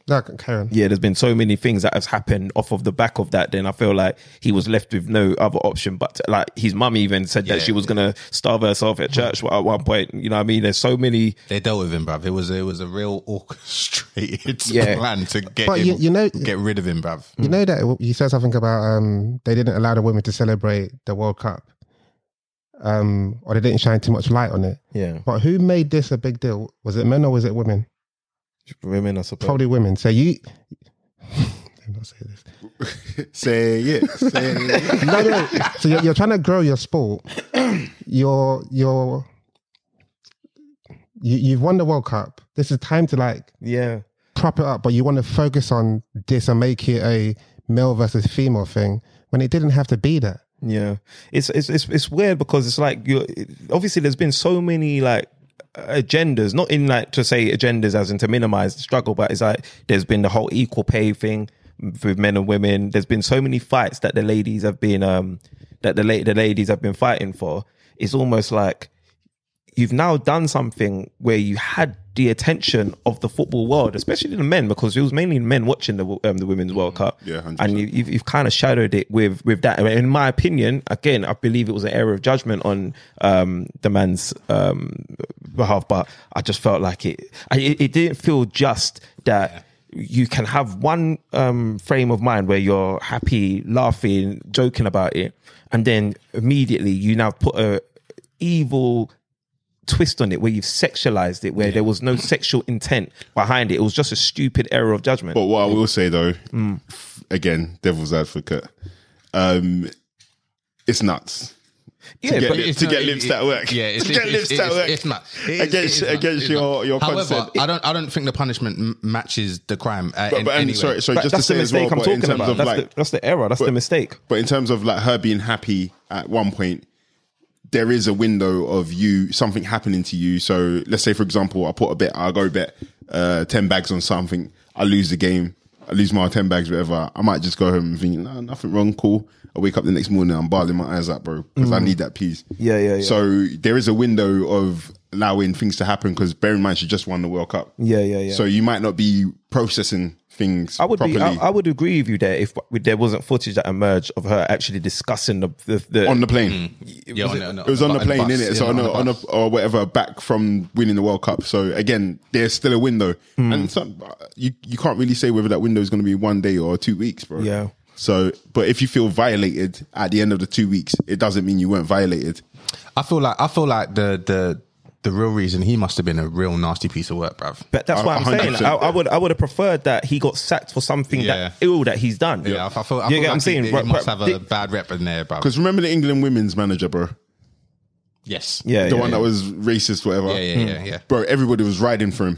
Speaker 2: No, Karen.
Speaker 4: yeah, there's been so many things that has happened off of the back of that. Then I feel like he was left with no other option but to- like his mum even said that
Speaker 1: Yeah,
Speaker 4: she was gonna starve herself at church at one point. You know what I mean? There's so many.
Speaker 1: They dealt with him, bruv. It was it was a real orchestrated
Speaker 4: Yeah.
Speaker 1: plan to get
Speaker 2: But
Speaker 1: him,
Speaker 2: you- you know-
Speaker 1: get rid of him, bruv.
Speaker 2: You know that you said something about um, they didn't allow the women to celebrate the World Cup, um, or they didn't shine too much light on it.
Speaker 4: Yeah,
Speaker 2: But who made this a big deal? Was it men or was it women?
Speaker 4: women, I suppose.
Speaker 2: Probably women. So you. I'm not saying this.
Speaker 3: Say it. Say it.
Speaker 2: No, no. so you're, you're trying to grow your sport. You're you're. You, you've won the World Cup. This is time to like
Speaker 4: Yeah,
Speaker 2: prop it up, but you want to focus on this and make it a male versus female thing when it didn't have to be that.
Speaker 4: yeah. It's it's it's, it's weird because it's like you. Obviously, there's been so many like agendas, not in like to say agendas as in to minimize the struggle, but it's like there's been the whole equal pay thing with men and women. There's been so many fights that the ladies have been um that the la- the ladies have been fighting for. It's almost like you've now done something where you had the attention of the football world, especially the men, because it was mainly men watching the um, the women's World Cup.
Speaker 3: Yeah, 100%.
Speaker 4: and you, you've, you've kind of shadowed it with with that. And in my opinion, again, I believe it was an error of judgment on um, the man's um, behalf, but I just felt like it. I, it it didn't feel just that. You can have one um, frame of mind where you're happy, laughing, joking about it, and then immediately you now put a evil twist on it where you've sexualized it where there was no sexual intent behind it it was just a stupid error of judgment
Speaker 3: But what I will say though,
Speaker 4: Mm.
Speaker 3: f- again, devil's advocate, um, it's nuts.
Speaker 4: yeah
Speaker 3: get
Speaker 4: but
Speaker 3: it.
Speaker 4: it,
Speaker 3: to get lips that work.
Speaker 1: Yeah, it's,
Speaker 3: To
Speaker 1: it's,
Speaker 3: get
Speaker 1: it's,
Speaker 3: lips that
Speaker 1: it's-
Speaker 3: work.
Speaker 1: it's not It is-
Speaker 3: Against-
Speaker 1: it is not.
Speaker 3: against
Speaker 1: It's
Speaker 3: your-
Speaker 1: not.
Speaker 3: your
Speaker 1: However,
Speaker 3: consent.
Speaker 1: I don't I don't think the punishment m- matches the crime. Uh,
Speaker 3: But,
Speaker 1: in
Speaker 3: but and
Speaker 1: any way.
Speaker 3: sorry, sorry, just to
Speaker 4: that's the
Speaker 3: say as well,
Speaker 4: mistake i'm
Speaker 3: but in
Speaker 4: talking
Speaker 3: terms
Speaker 4: about
Speaker 3: of
Speaker 4: that's,
Speaker 3: like,
Speaker 4: the, that's the error that's the
Speaker 3: but-
Speaker 4: mistake
Speaker 3: But in terms of like her being happy at one point, there is a window of you something happening to you. So let's say, for example, I put a bet, I go bet uh, ten bags on something, I lose the game, I lose my ten bags, whatever. I might just go home and think, nah, nothing wrong, cool. I wake up the next morning, I'm bawling my eyes out, bro, because I need that peace.
Speaker 4: Mm. Yeah, yeah, yeah.
Speaker 3: So there is a window of allowing things to happen because bear in mind she just won the World Cup.
Speaker 4: yeah yeah yeah
Speaker 3: So you might not be processing things
Speaker 4: I would
Speaker 3: properly.
Speaker 4: be, I, I would agree with you there if there wasn't footage that emerged of her actually discussing the the, the
Speaker 3: on the plane.
Speaker 1: Yeah, on the-
Speaker 3: It was on the
Speaker 1: bu-
Speaker 3: plane,
Speaker 1: bus.
Speaker 3: innit? So
Speaker 1: Yeah,
Speaker 3: on a, on a
Speaker 1: bus.
Speaker 3: or whatever, back from winning the World Cup. So again, there's still a window, and some, you you can't really say whether that window is going to be one day or two weeks, bro.
Speaker 4: Yeah.
Speaker 3: So, but if you feel violated at the end of the two weeks, it doesn't mean you weren't violated.
Speaker 1: I feel like I feel like the the the real reason he must have been a real nasty piece of work, bruv.
Speaker 4: but that's what I'm saying.
Speaker 3: 100%.
Speaker 4: I, I would I would have preferred that he got sacked for something
Speaker 1: Yeah.
Speaker 4: that ill that he's done.
Speaker 1: Yeah, I, I feel. I feel
Speaker 4: you get what
Speaker 1: like
Speaker 4: I'm saying.
Speaker 1: He, he
Speaker 4: Right,
Speaker 1: must
Speaker 4: right,
Speaker 1: have a
Speaker 4: di-
Speaker 1: bad rep in there, bruv.
Speaker 3: Because remember the England women's manager, bro,
Speaker 1: Yes.
Speaker 4: yeah,
Speaker 3: the
Speaker 4: yeah,
Speaker 3: one
Speaker 4: yeah.
Speaker 3: that was racist, whatever.
Speaker 1: Yeah, yeah, yeah, yeah.
Speaker 3: Bro, everybody was riding for him.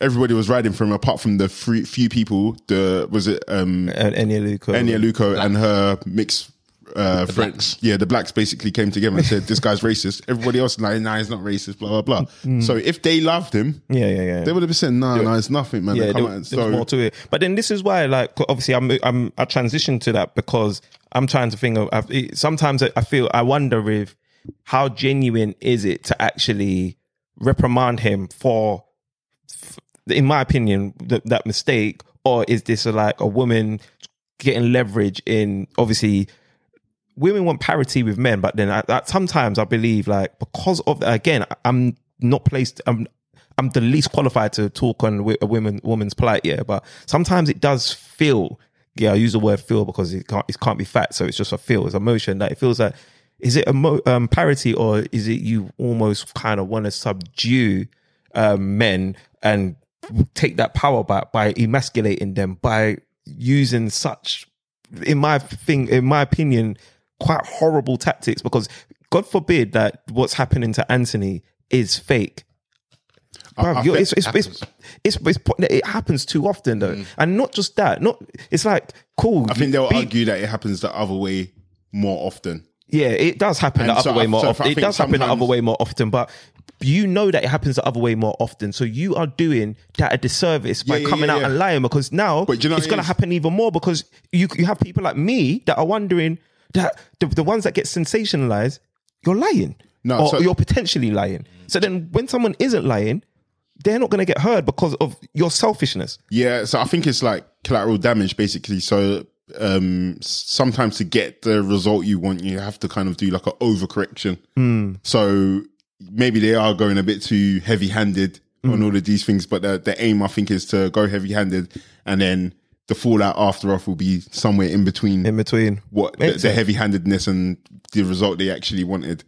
Speaker 3: Everybody was riding for him, apart from the three, few people. The was it um,
Speaker 4: And uh, Enya Luko.
Speaker 3: Enya Luko and her mixed uh, friends. Yeah, the blacks basically came together and said, "This guy's racist." Everybody else, nah, nah, he's not racist. Blah blah blah. So if they loved him,
Speaker 4: Mm-hmm. Yeah, yeah, yeah.
Speaker 3: they would have said, "No, no, it's nothing, man."
Speaker 4: yeah,
Speaker 3: Come
Speaker 4: there,
Speaker 3: out."
Speaker 4: there was
Speaker 3: So-
Speaker 4: more to it. But then this is why, like, obviously, I'm, I'm I transitioned to that because I'm trying to think of. I've, it, sometimes I I feel I wonder if how genuine is it to actually reprimand him for, f- in my opinion, th- that mistake, or is this a, like a woman getting leverage in obviously women want parity with men, but then I, I, sometimes I believe like because of again I'm not placed I'm I'm the least qualified to talk on wi- a women woman's plight yeah, but sometimes it does feel yeah I use the word feel because it can't it can't be fact so it's just a feel it's emotion that it feels like is it emo- um, parity or is it you almost kind of want to subdue um, men and take that power back by emasculating them by using such in my thing in my opinion quite horrible tactics because god forbid that what's happening to anthony is fake Bruv,
Speaker 3: I
Speaker 4: you're-
Speaker 3: think
Speaker 4: it's, it's, it's, it's, it's, it happens too often though and not just that not it's like cool
Speaker 3: Mm. I think they'll argue that it happens the other way more often.
Speaker 4: yeah, it does happen
Speaker 3: And
Speaker 4: the other
Speaker 3: so
Speaker 4: way
Speaker 3: I-
Speaker 4: more
Speaker 3: so I
Speaker 4: often. It
Speaker 3: think
Speaker 4: does happen the
Speaker 3: sometimes-
Speaker 4: other way more often, but you know that it happens the other way more often. So you are doing that a disservice by
Speaker 3: Yeah, yeah,
Speaker 4: coming
Speaker 3: yeah,
Speaker 4: out
Speaker 3: yeah.
Speaker 4: and lying because now
Speaker 3: But do you know
Speaker 4: it's
Speaker 3: what it
Speaker 4: going to
Speaker 3: is?
Speaker 4: happen even more because you you have people like me that are wondering that the, the ones that get sensationalized, you're lying.
Speaker 3: No,
Speaker 4: or
Speaker 3: so-
Speaker 4: you're potentially lying. So then when someone isn't lying, they're not going to get heard because of your selfishness.
Speaker 3: Yeah, so I think it's like collateral damage basically. So um sometimes to get the result you want, you have to kind of do like an overcorrection. So maybe they are going a bit too heavy handed on all of these things, but the, the aim I think is to go heavy handed and then the fallout after off will be somewhere in between
Speaker 4: In between,
Speaker 3: what the,
Speaker 4: Makes
Speaker 3: the
Speaker 4: sense.
Speaker 3: heavy handedness and the result they actually wanted.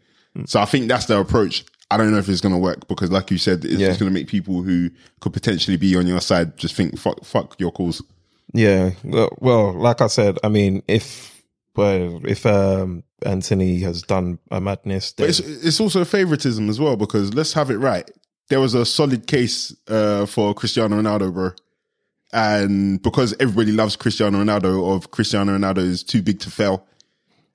Speaker 3: So I think that's their approach. I don't know if it's going to work because, like you said, it's
Speaker 4: Yeah.
Speaker 3: just going to make people who could potentially be on your side just think fuck, fuck your calls.
Speaker 4: Yeah. Well- Well, like I said, I mean, if well, if um, Anthony has done a madness, then,
Speaker 3: But it's, it's also favoritism as well because let's have it right. There was a solid case uh, for Cristiano Ronaldo, bro. And because everybody loves Cristiano Ronaldo, of Cristiano Ronaldo is too big to fail.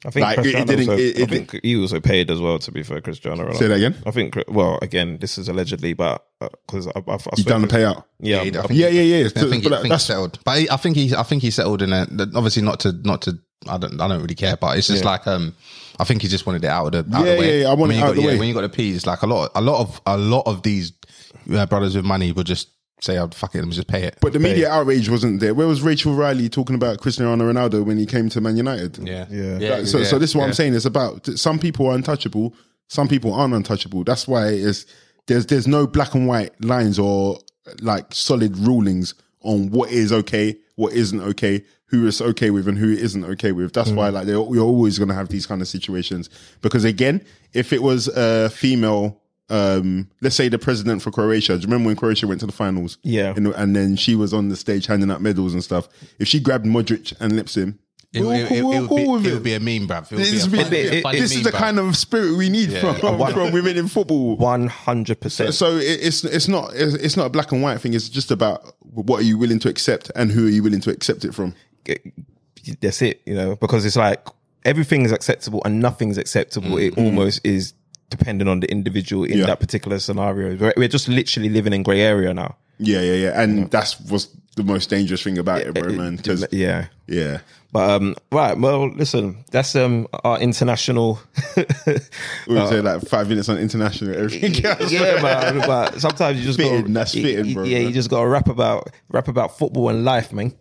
Speaker 4: I think
Speaker 3: Like, it- it
Speaker 4: Cristiano
Speaker 3: didn't-
Speaker 4: also-
Speaker 3: it-
Speaker 4: I
Speaker 3: it
Speaker 4: think he also paid as well. To be fair, Cristiano Ronaldo.
Speaker 3: Say that
Speaker 1: Oh,
Speaker 3: again.
Speaker 4: I think. Well, again, this is allegedly, but because I, I, I
Speaker 3: He's done the
Speaker 4: pay.
Speaker 3: payout.
Speaker 4: Yeah,
Speaker 1: Yeah, he
Speaker 4: I-
Speaker 1: done.
Speaker 3: Yeah, yeah, yeah.
Speaker 1: I
Speaker 3: So-
Speaker 1: think,
Speaker 3: but
Speaker 1: he, I think he
Speaker 3: that's
Speaker 1: settled, but he, I think he, I think he settled in a obviously not to not to. I don't, I don't really care, but it's just like um, I think he just wanted it out of the, out
Speaker 3: Yeah,
Speaker 1: of the way.
Speaker 3: yeah, yeah, I want
Speaker 1: when
Speaker 3: it
Speaker 1: you
Speaker 3: out
Speaker 1: got,
Speaker 3: of the
Speaker 1: yeah,
Speaker 3: way.
Speaker 1: When you got the P's, like a lot, a lot of a lot of these uh, brothers with money will just say, "Oh fuck it, let me just pay it."
Speaker 3: But the media outrage wasn't there. Where was Rachel Riley talking about Cristiano Ronaldo when he came to Man United?
Speaker 1: yeah,
Speaker 4: Yeah.
Speaker 3: Like, so, so this is what I'm saying. It's about some people are untouchable, some people aren't untouchable. That's why it's there's there's no black and white lines or like solid rulings on what is okay, what isn't okay, who is okay with and who isn't okay with. That's
Speaker 4: Mm.
Speaker 3: why like they're, you're always going to have these kind of situations because again, if it was a female. Um, let's say the president for Croatia. Do you remember when Croatia went to the finals?
Speaker 4: Yeah.
Speaker 3: and, and then she was on the stage handing out medals and stuff. If she grabbed Modric and lips him,
Speaker 1: It, it,
Speaker 3: we're all
Speaker 1: it,
Speaker 3: cool-
Speaker 1: it,
Speaker 3: we're
Speaker 1: would
Speaker 3: cool
Speaker 1: be,
Speaker 3: with
Speaker 1: it would be a meme, bruv. It would
Speaker 3: this is,
Speaker 1: be a funny,
Speaker 4: it-
Speaker 1: a funny
Speaker 3: this is
Speaker 1: meme,
Speaker 3: the
Speaker 1: bruv.
Speaker 3: kind of spirit we need from,
Speaker 1: one-
Speaker 3: from women in football.
Speaker 4: One hundred percent.
Speaker 3: So it, it's it's not it's, it's not a black and white thing. It's just about what are you willing to accept and who are you willing to accept it from.
Speaker 4: That's it. You know, because it's like everything is acceptable and nothing's acceptable. It almost is dependent on the individual in
Speaker 3: Mm-hmm. Yeah.
Speaker 4: that particular scenario. We're, we're just literally living in grey area now.
Speaker 3: Yeah, yeah, yeah. And that's was the most dangerous thing about it, bro, man. Because
Speaker 4: Yeah.
Speaker 3: yeah,
Speaker 4: But um, right, well, listen, that's um our international.
Speaker 3: we would say like five minutes on international. Everything else.
Speaker 4: yeah, man. But sometimes you just
Speaker 3: Fitting,
Speaker 4: got
Speaker 3: that's fitting, bro,
Speaker 4: Yeah,
Speaker 3: man.
Speaker 4: you just got to rap about rap about football and life, man.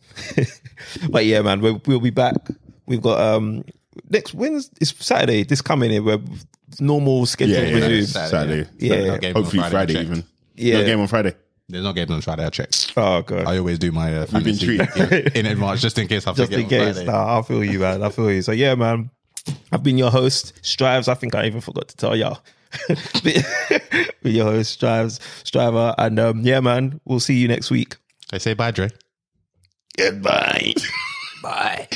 Speaker 4: but yeah, man, we'll, we'll be back. We've got um next Wednesday, it's Saturday. This coming in, we're normal schedule
Speaker 3: yeah, yeah.
Speaker 4: resume.
Speaker 1: Saturday,
Speaker 3: Saturday.
Speaker 4: yeah.
Speaker 1: No game on
Speaker 3: Hopefully Friday,
Speaker 1: I checked.
Speaker 3: even.
Speaker 4: Yeah.
Speaker 3: No game on Friday.
Speaker 1: There's no game on Friday. I checked.
Speaker 4: Oh god,
Speaker 1: I always do my uh,
Speaker 3: You've been
Speaker 1: fantasy in, in advance just in case I
Speaker 4: just
Speaker 1: forget
Speaker 4: in
Speaker 1: on
Speaker 4: case.
Speaker 1: Friday.
Speaker 4: Nah, I feel you, man. I feel you. So yeah, man. I've been your host, Strives. I think I even forgot to tell y'all. been been your host, Strives, Striver, and um, yeah, man. We'll see you next week.
Speaker 1: They say bye, Dre.
Speaker 4: Goodbye.
Speaker 5: Bye.